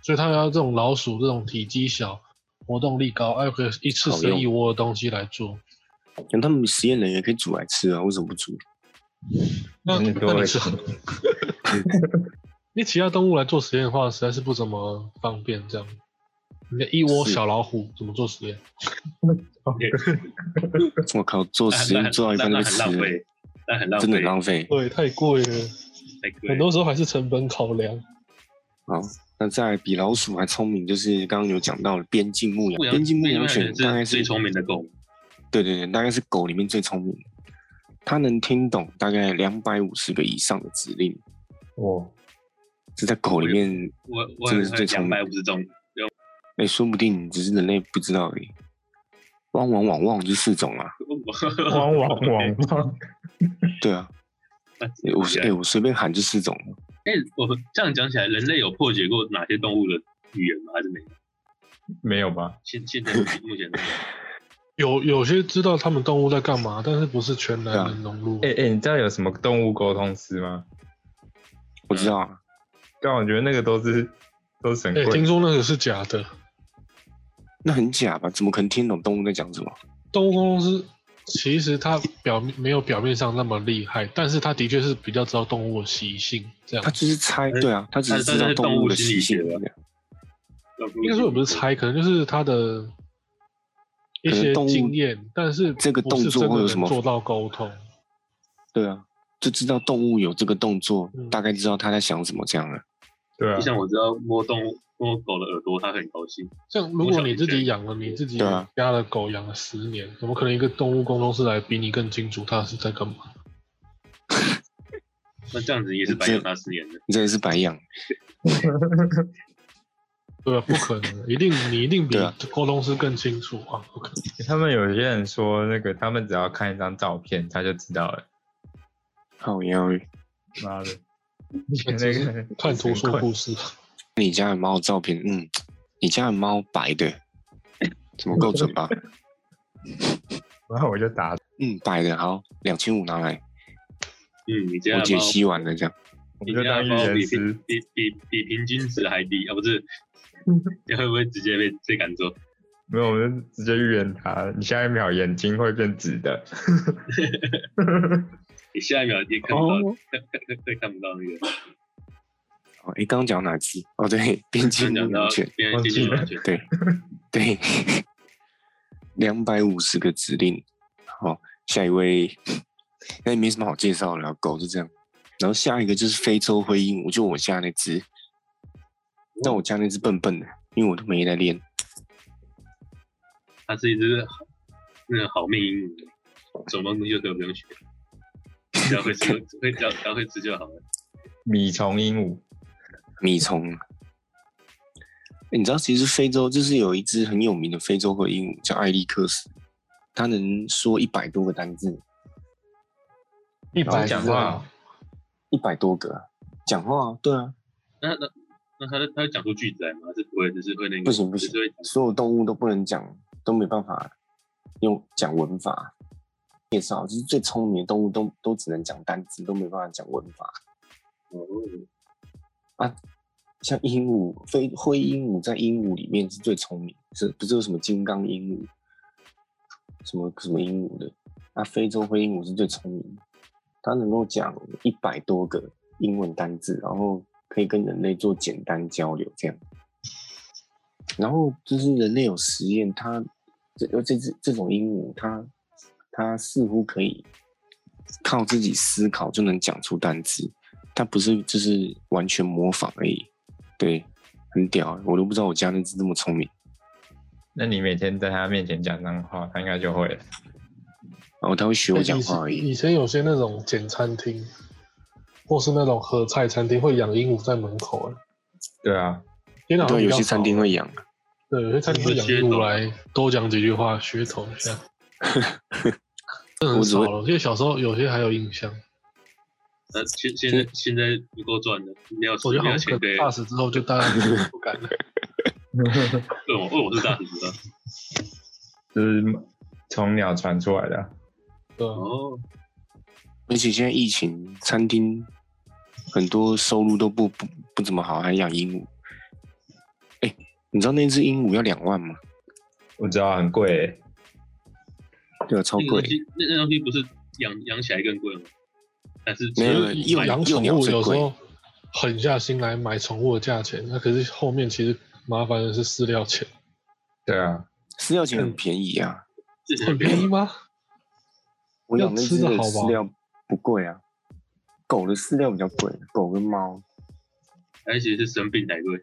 Speaker 2: 所以它要这种老鼠这种体积小、活动力高，还可以一次
Speaker 1: 好用
Speaker 2: 生一窝的东西来做。
Speaker 1: 那他们实验人也可以煮来吃啊，为什么不 煮？
Speaker 2: 那
Speaker 4: 那你多
Speaker 2: 那你
Speaker 4: 会
Speaker 2: 吃
Speaker 4: 吃
Speaker 2: 因为其他动物来做实验的话，实在是不怎么方便这样。你的一窝
Speaker 1: 是
Speaker 2: 小老虎怎么做实验？
Speaker 1: 我靠，做实
Speaker 3: 那
Speaker 1: 验做到一半就
Speaker 3: 那
Speaker 1: 被
Speaker 3: 那
Speaker 1: 吃了，
Speaker 3: 很浪费，那很浪费，
Speaker 1: 真的很浪费。
Speaker 2: 对，太贵了，
Speaker 3: 太贵了
Speaker 2: 很多时候还是成本考量。
Speaker 1: 好，那在比老鼠还聪明，就是刚刚有讲到的边境牧羊，
Speaker 3: 牧羊
Speaker 1: 边境牧羊
Speaker 3: 犬
Speaker 1: 犬大概是
Speaker 3: 是最聪明的狗，
Speaker 1: 对对对，大概是狗里面最聪明的，它能听懂大概两百五十个以上的指令，
Speaker 4: 我
Speaker 1: 这在狗里面，
Speaker 3: 我我
Speaker 1: 真的
Speaker 3: 很
Speaker 1: 是最聪
Speaker 3: 两
Speaker 1: 明
Speaker 3: 百五十 种，
Speaker 1: 哎，说不定只是人类不知道而已。汪汪汪汪就四种啊，
Speaker 4: 汪
Speaker 2: 哦
Speaker 4: 汪汪汪，
Speaker 1: 对啊，诶我
Speaker 3: 啊
Speaker 1: 哎、我随便喊就四种了，
Speaker 3: 哎，我们这样讲起来，人类有破解过哪些动物的语言吗？还是没有？
Speaker 4: 没有吧？
Speaker 3: 现 现在目前没
Speaker 2: 有
Speaker 3: 有
Speaker 2: 有些知道他们动物在干嘛，但是不是全
Speaker 1: 对
Speaker 2: 然
Speaker 1: 啊
Speaker 2: 能融入。
Speaker 4: 哎、哎、你知道有什么动物沟通师吗？
Speaker 1: 我
Speaker 3: 嗯
Speaker 1: 知道啊，
Speaker 4: 但我觉得那个都是都是很
Speaker 2: 哎、
Speaker 4: 贵
Speaker 2: 听，说那个是假的，
Speaker 1: 那很假吧？怎么可能听懂动物在讲什么？
Speaker 2: 动物公司其实它表面没有表面上那么厉害，但是它的确是比较知道动物的习性。这样
Speaker 1: 他，就是猜，
Speaker 3: 但
Speaker 1: 对啊，他只
Speaker 3: 但
Speaker 1: 是
Speaker 3: 是
Speaker 1: 知
Speaker 3: 这
Speaker 1: 道
Speaker 3: 是
Speaker 1: 动
Speaker 3: 动
Speaker 1: 物
Speaker 3: 物
Speaker 1: 的
Speaker 3: 心
Speaker 1: 习
Speaker 3: 理
Speaker 1: 性
Speaker 3: 学啊
Speaker 1: 怎
Speaker 3: 吧
Speaker 1: 么样，
Speaker 2: 应该说也不是，猜，可能就是它的一
Speaker 1: 可能
Speaker 2: 些
Speaker 1: 动物
Speaker 2: 经验，但是
Speaker 1: 这个
Speaker 2: 不
Speaker 1: 动
Speaker 2: 是
Speaker 1: 作
Speaker 2: 真的
Speaker 1: 会有
Speaker 2: 能
Speaker 1: 什么
Speaker 2: 做到沟通？
Speaker 1: 对啊，就知道动物有这个动作，
Speaker 2: 嗯
Speaker 1: 大概知道他在想什么这样了。
Speaker 4: 对啊
Speaker 3: 就，像我知道摸动物摸狗的耳朵，它很高兴。
Speaker 2: 像如果你自己养了，你自己
Speaker 1: 对啊
Speaker 2: 家的狗养了十年，怎么可能一个动物沟通师来比你更清楚它是在干嘛？
Speaker 3: 那这样子也是白养它十年的，
Speaker 1: 你真的是白养，
Speaker 2: 对啊，不可 能，一定你一定比
Speaker 1: 对啊
Speaker 2: 沟通师更清楚啊，不可能。
Speaker 4: 他们有些人说那个他们只要看一张照片他就知道了，
Speaker 1: 好妖！
Speaker 4: 妈 的，
Speaker 2: 那
Speaker 4: 那
Speaker 2: 只
Speaker 4: 个
Speaker 2: 是 看图说故事，
Speaker 1: 你家的猫的照片，嗯，你家的猫白的，怎么够准吧？
Speaker 4: 然后我就打
Speaker 1: 嗯，白的好，两千五拿来，
Speaker 3: 嗯，你这
Speaker 1: 我
Speaker 3: 样
Speaker 1: 解析完了这样。
Speaker 4: 我
Speaker 3: 你
Speaker 4: 们就
Speaker 3: 家
Speaker 4: 当
Speaker 3: 的
Speaker 4: 预
Speaker 3: 包
Speaker 4: 言
Speaker 3: 比平
Speaker 4: 师。
Speaker 3: 比比比平均值还低啊，不是？ 你会不会直接被被赶走？
Speaker 4: 没有，我们就直接预言他，你下一秒眼睛会变紫的。
Speaker 3: 你下一秒也看不到， 会看不到那个。
Speaker 1: 哦，哎，刚刚讲哪只？哦，对，边境
Speaker 3: 刚
Speaker 1: 牧
Speaker 3: 讲到
Speaker 1: 羊犬，
Speaker 3: 别人接近完全，
Speaker 1: 对对，两百五十个指令。好，下一位，那也没什么好介绍的啦，狗是这样。然后下一个就是非洲灰鹦鹉，就我家那只，但我家那只笨笨的，因为我都没在练。
Speaker 3: 它是一只好那个好命鹦鹉，手忙东西就可以不用学，只要会吃，会只要只要会吃就好了。
Speaker 4: 米虫鹦鹉，
Speaker 1: 米虫。欸你知道，其实非洲就是有一只很有名的非洲灰鹦鹉，叫艾利克斯，它能说一百多个单字，
Speaker 2: 一
Speaker 4: 然后
Speaker 2: 百
Speaker 4: 讲话，哦
Speaker 1: 一百多个啊、讲话、啊，对啊，
Speaker 3: 那那那它它会讲出句子来吗？还是不会，只是会那个，
Speaker 1: 不行不
Speaker 3: 只
Speaker 1: 行
Speaker 3: 是会讲
Speaker 1: 所有动物都不能讲，都没办法用讲文法介绍，就是最聪明的动物都都只能讲单字，都没办法讲文法
Speaker 3: 哦，
Speaker 1: 啊。像鹦鹉，非灰鹦鹉在鹦鹉里面是最聪明，是不是有什么金刚鹦鹉，什么什么鹦鹉的？啊，非洲灰鹦鹉是最聪明的，它能够讲一百多个英文单字，然后可以跟人类做简单交流，这样。然后就是人类有实验，它这呃这只这种鹦鹉，它它似乎可以靠自己思考就能讲出单词，它不是就是完全模仿而已。对，很屌，我都不知道我家那只这么聪明。
Speaker 4: 那你每天在他面前讲脏话，他应该就会了。
Speaker 1: 然后它会
Speaker 2: 哎
Speaker 1: 学我讲话而已。
Speaker 2: 以前有些那种简餐厅，或是那种合菜餐厅会养鹦鹉在门口、欸，
Speaker 4: 对 啊，
Speaker 2: 天哪，
Speaker 1: 对，有些
Speaker 2: 比较少啊
Speaker 1: 餐厅会养。啊
Speaker 2: 对，有些餐厅会养鹦鹉来多讲几句话，噱头一 下。这很少了，因为小时候有些还有印象。
Speaker 3: 那现现在现在不够赚的，没有
Speaker 2: 我觉得
Speaker 3: 没
Speaker 2: 好
Speaker 3: 有
Speaker 2: 像
Speaker 3: 钱
Speaker 2: 可
Speaker 3: 可以
Speaker 2: 能。大死之后就 大家不敢了。
Speaker 3: 对，我问我是大厨的
Speaker 4: 就是从鸟传出来的啊。
Speaker 2: 对啊，
Speaker 3: 哦，
Speaker 1: 而且现在疫情，餐厅很多收入都不不不怎么好，还养鹦鹉。哎、你知道那只鹦鹉要两万吗？
Speaker 4: 我知道很贵欸、
Speaker 1: 对啊，超
Speaker 3: 那个
Speaker 1: 贵
Speaker 3: 东。西那那东西不是养养起来更贵吗？还是
Speaker 1: 没有
Speaker 2: 所以
Speaker 1: 幼
Speaker 2: 养
Speaker 1: 鸟
Speaker 2: 宠
Speaker 1: 幼鸟
Speaker 2: 物
Speaker 1: 最
Speaker 2: 有时
Speaker 1: 贵
Speaker 2: 候狠下心来买宠物的价钱，那可是后面其实麻烦的是饲料钱，
Speaker 4: 对啊，
Speaker 1: 饲料钱很便宜啊，
Speaker 3: 之 前
Speaker 2: 很便宜吗？
Speaker 1: 我养那只
Speaker 2: 要吃
Speaker 1: 的
Speaker 2: 得好吧
Speaker 1: 饲料不贵啊，狗的饲料比较贵，狗跟猫
Speaker 3: 还其实是生病才贵，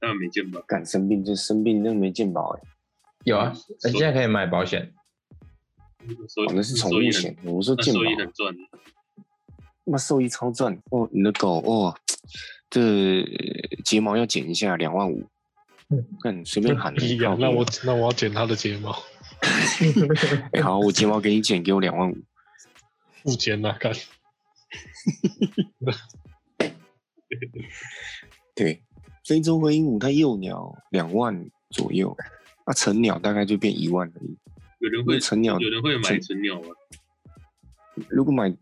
Speaker 3: 他们没见吧？
Speaker 1: 敢生病就生病，那个没健保哎、
Speaker 4: 有啊，哎、现在可以买保险，
Speaker 3: 所以
Speaker 1: 哦，那是宠
Speaker 3: 收益
Speaker 1: 物
Speaker 3: 很
Speaker 1: 险，我说
Speaker 3: 那
Speaker 1: 健保
Speaker 3: 收益，很赚，啊
Speaker 1: 那兽医超赚哦，你的狗哦，这呃睫毛要剪一下两万五，看随便喊的，
Speaker 2: 嗯 一样。那我那我要剪它的睫毛，
Speaker 1: 哎、好，我睫毛给你剪，给我两万五。
Speaker 2: 不剪了，干。
Speaker 1: 对，非洲灰鹦鹉它幼鸟两万左右，那、成鸟大概就变一万而已。
Speaker 3: 有人会
Speaker 1: 成鸟
Speaker 3: 有人会买成鸟吗？
Speaker 1: 如果买，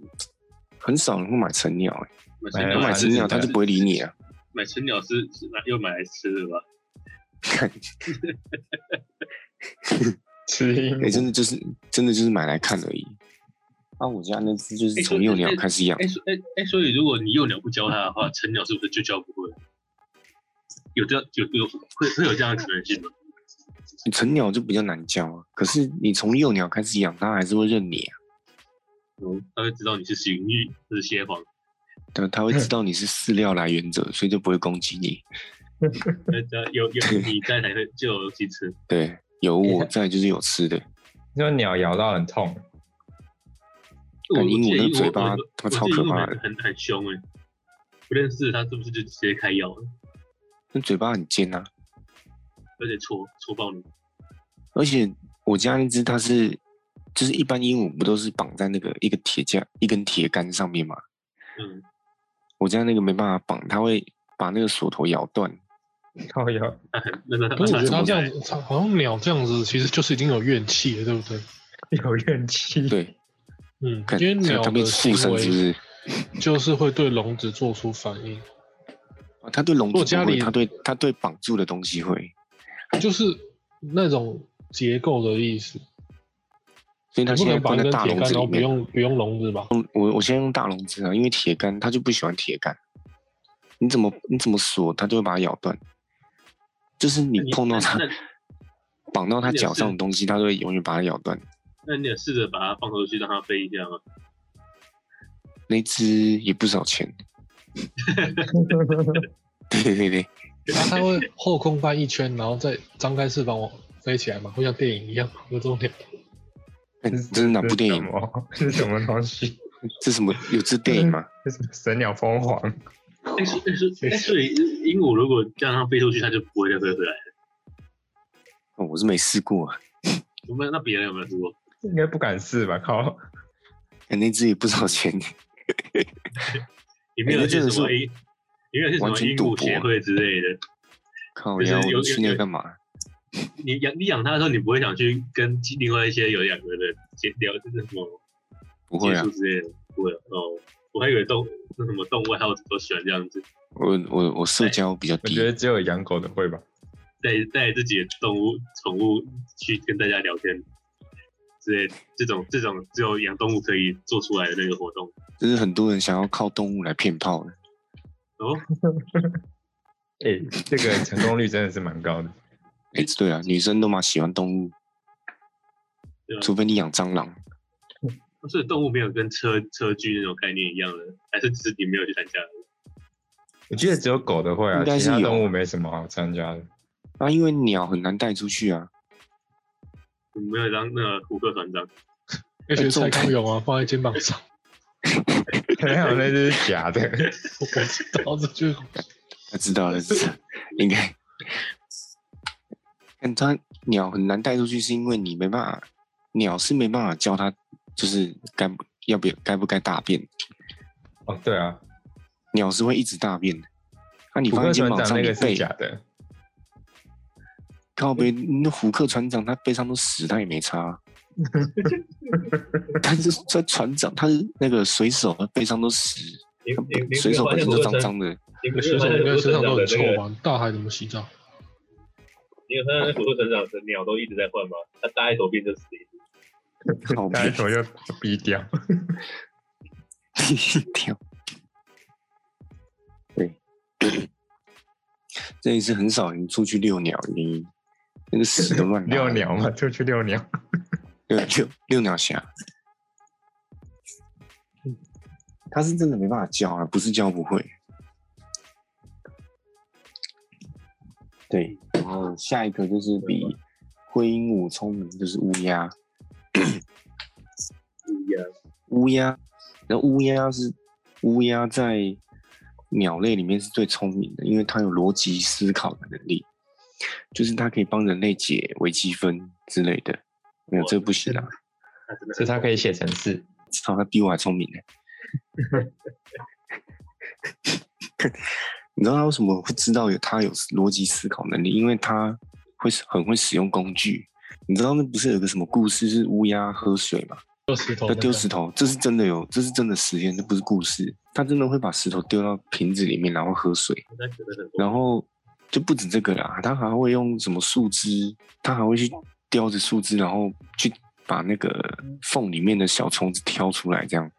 Speaker 1: 很少人会买成鸟、欸，
Speaker 3: 买
Speaker 4: 哎
Speaker 3: 成
Speaker 1: 要
Speaker 3: 鸟
Speaker 1: 买
Speaker 4: 成
Speaker 1: 成鸟它就不会理你啊。
Speaker 3: 买成鸟是是拿又买来吃的吧？
Speaker 4: 吃鹦
Speaker 2: 嗯
Speaker 1: 哎、真
Speaker 4: 鹉。
Speaker 1: 的就是真的就是买来看而已。啊，我家那只
Speaker 2: 哎
Speaker 1: 就是从幼鸟开始养，
Speaker 3: 哎所哎哎，所以如果你幼鸟不教它的话，成鸟是不是就教不会？有这样有有会会有这样的可能性吗？
Speaker 1: 成鸟就比较难教啊。可是你从幼鸟开始养，它还是会认你啊，
Speaker 3: 它嗯会知道你是邢玉，是蝎黄，
Speaker 1: 对，它会知道你是饲料来源者，所以就不会攻击你。
Speaker 3: 那只要有有你在才会就有东西吃。
Speaker 1: 对，有
Speaker 2: 嗯
Speaker 1: 我在就是有吃的。
Speaker 4: 那鸟咬到很痛，
Speaker 3: 我
Speaker 1: 但鹦鹉
Speaker 3: 我
Speaker 1: 那
Speaker 3: 记得
Speaker 1: 嘴巴
Speaker 3: 我我
Speaker 1: 他妈超
Speaker 3: 我记
Speaker 1: 可
Speaker 3: 得
Speaker 1: 怕
Speaker 3: 鹦鹉
Speaker 1: 的
Speaker 3: 很很很凶哎、不认识它是不是就直接开咬了，
Speaker 1: 那嘴巴很尖啊，
Speaker 3: 而且戳戳爆你？
Speaker 1: 而且我家那只它是，就是一般鹦鹉不都是绑在那个一个铁架一根铁杆上面嘛？
Speaker 3: 嗯，
Speaker 1: 我家那个没办法绑，它会把那个锁头咬断。
Speaker 4: 靠咬。
Speaker 3: 它很那 个它
Speaker 2: 可是我觉得它
Speaker 1: 它
Speaker 2: 这样子，它好像鸟这样子，其实就是已经有怨气了，对不对？
Speaker 4: 有怨气，
Speaker 1: 对，
Speaker 2: 嗯
Speaker 1: 看，
Speaker 2: 因为
Speaker 1: 所以
Speaker 2: 鸟
Speaker 1: 它变
Speaker 2: 的行
Speaker 1: 附身是不
Speaker 2: 为，
Speaker 1: 是？
Speaker 2: 就是会对笼子做出反应，
Speaker 1: 啊它对笼
Speaker 2: 如果
Speaker 1: 子
Speaker 2: 家
Speaker 1: 不会
Speaker 2: 里
Speaker 1: 它对它对绑住的东西会，
Speaker 2: 就是那种结构的意思。
Speaker 1: 所以
Speaker 2: 你
Speaker 1: 它
Speaker 2: 不
Speaker 1: 现在
Speaker 2: 能绑
Speaker 1: 关在
Speaker 2: 一根
Speaker 1: 大
Speaker 2: 铁
Speaker 1: 笼
Speaker 2: 杆，
Speaker 1: 子
Speaker 2: 然后
Speaker 1: 里
Speaker 2: 不
Speaker 1: 面。嗯
Speaker 2: 用不用笼子吧？
Speaker 1: 我我先用大笼子啊，因为铁杆它就不喜欢铁杆，你怎么你怎么锁它就会把它咬断，就是你
Speaker 3: 那你
Speaker 1: 碰到它
Speaker 3: 那
Speaker 1: 绑到它
Speaker 3: 那你有
Speaker 1: 脚上的
Speaker 3: 试
Speaker 1: 东西，它都会永远把它咬断。
Speaker 3: 那你也试着把它放回去，让它飞一下 嘛。
Speaker 1: 那只也不少钱，对对对对，
Speaker 2: 然后它会后空翻一圈，然后再张开翅膀往飞起来嘛，会像电影一样有这 种点。
Speaker 1: 那这是哪部电影？
Speaker 4: 哦，这是什么 东西？
Speaker 1: 这什么有这电影吗？
Speaker 4: 这是神鸟凤凰，
Speaker 3: 但哎是但是但是鹦鹉如果让它飞出去，它就不会再飞回来了。
Speaker 1: 哦我是没试过啊，
Speaker 3: 有没有？那别人有没有试过？
Speaker 4: 应该不敢试吧？靠，
Speaker 1: 哎那只也不少钱，
Speaker 3: 有没有
Speaker 1: 哎那
Speaker 3: 去
Speaker 1: 真的
Speaker 3: 什么
Speaker 1: 是
Speaker 3: A？有没有去什么
Speaker 1: 完全
Speaker 3: 鹦
Speaker 1: 赌
Speaker 3: 鹉
Speaker 1: 博
Speaker 3: 协会之类的？
Speaker 1: 靠
Speaker 3: 就是
Speaker 1: 腰，
Speaker 3: 有
Speaker 1: 我去那
Speaker 3: 有
Speaker 1: 个干嘛？
Speaker 3: 你养你养它的时候，你不会想去跟其另外一些有养鹅的接聊这是什么
Speaker 1: 不会
Speaker 3: 接
Speaker 1: 啊
Speaker 3: 触，之类的？不会哦，我还以为动那什么动物爱好者都喜欢这样子，
Speaker 1: 我我我社交比较
Speaker 4: 我
Speaker 1: 低
Speaker 4: 觉，得只有养狗的会吧。
Speaker 3: 带带自己的动物宠物去跟大家聊天之类的这种这种只有养动物可以做出来的那个活动
Speaker 1: 就是很多人想要靠动物来骗炮的。
Speaker 3: 哦。
Speaker 4: 哎、这个成功率真的是蛮高的。
Speaker 1: 哎、对啊，女生都蛮喜欢动物
Speaker 3: 对啊，
Speaker 1: 除非你养蟑螂。
Speaker 3: 所以动物没有跟车车距那种概念一样的，还是只是你没有去参加而已？
Speaker 4: 我记得只有狗的会啊，
Speaker 1: 应该
Speaker 4: 其
Speaker 1: 是有
Speaker 4: 他动物没什么好参加的。
Speaker 1: 啊，因为鸟很难带出去啊，
Speaker 3: 你没有当那个胡克船长？
Speaker 2: 也许
Speaker 1: 哎这种
Speaker 2: 蔡 康永啊，放在肩膀上，
Speaker 4: 还好那只是假的，
Speaker 2: 我不知道这就
Speaker 1: 他知道了，知道了应该。但它鸟很难带出去，是因为你没办法，鸟是没办法教它，就是该不要不要该不该大便。
Speaker 4: 哦，对啊，
Speaker 1: 鸟是会一直大便的。那、你
Speaker 4: 虎
Speaker 1: 放在
Speaker 4: 克
Speaker 1: 肩
Speaker 4: 船
Speaker 1: 膀
Speaker 4: 长
Speaker 1: 上，
Speaker 4: 那
Speaker 1: 你
Speaker 4: 个是
Speaker 1: 背
Speaker 4: 假的，
Speaker 1: 靠背，那虎克船长他背上都屎，他也没擦 啊。但是在船长，他是那个水手，他背上都屎，
Speaker 3: 你你你
Speaker 1: 水手本身就脏脏的。
Speaker 3: 你
Speaker 2: 水手应该身上都很臭吧？大海怎么洗澡？
Speaker 3: 你有看到那虎克船长的鸟都一直在换吗？它搭一头变就死一只。
Speaker 1: 靠
Speaker 4: 大
Speaker 1: 背
Speaker 4: 家头就逼掉。
Speaker 1: 一跳。 对， 这也是很少人出去遛鸟，你那个屎都 乱拉
Speaker 4: 遛，鸟嘛，就去遛鸟。
Speaker 1: 对，遛遛鸟侠。他是真的没办法教啊，不是教不会。对，然后下一个就是比灰鹦鹉聪明，就是乌鸦。
Speaker 3: 一样。
Speaker 1: 乌鸦，然后乌鸦是乌鸦在鸟类里面是最聪明的，因为它有逻辑思考的能力，就是它可以帮人类解微积分之类的。没有，
Speaker 3: 哇
Speaker 1: 这不行啊！
Speaker 3: 它真的
Speaker 4: 所以它可以写程式。
Speaker 1: 操，它比我还聪明呢。你知道它为什么会知道有它有逻辑思考能力？因为它会使很会使用工具。你知道那不是有个什么故事是乌鸦喝水吗？
Speaker 2: 丢石头
Speaker 1: 要
Speaker 2: 那个，
Speaker 1: 丢石头，这是真的有，这是真的实验，这不是故事。他真的会把石头丢到瓶子里面，然后喝水，
Speaker 3: 它觉得很多。
Speaker 1: 然后就不止这个啦，他还会用什么树枝，他还会去叼着树枝，然后去把那个缝里面的小虫子挑出来，这样。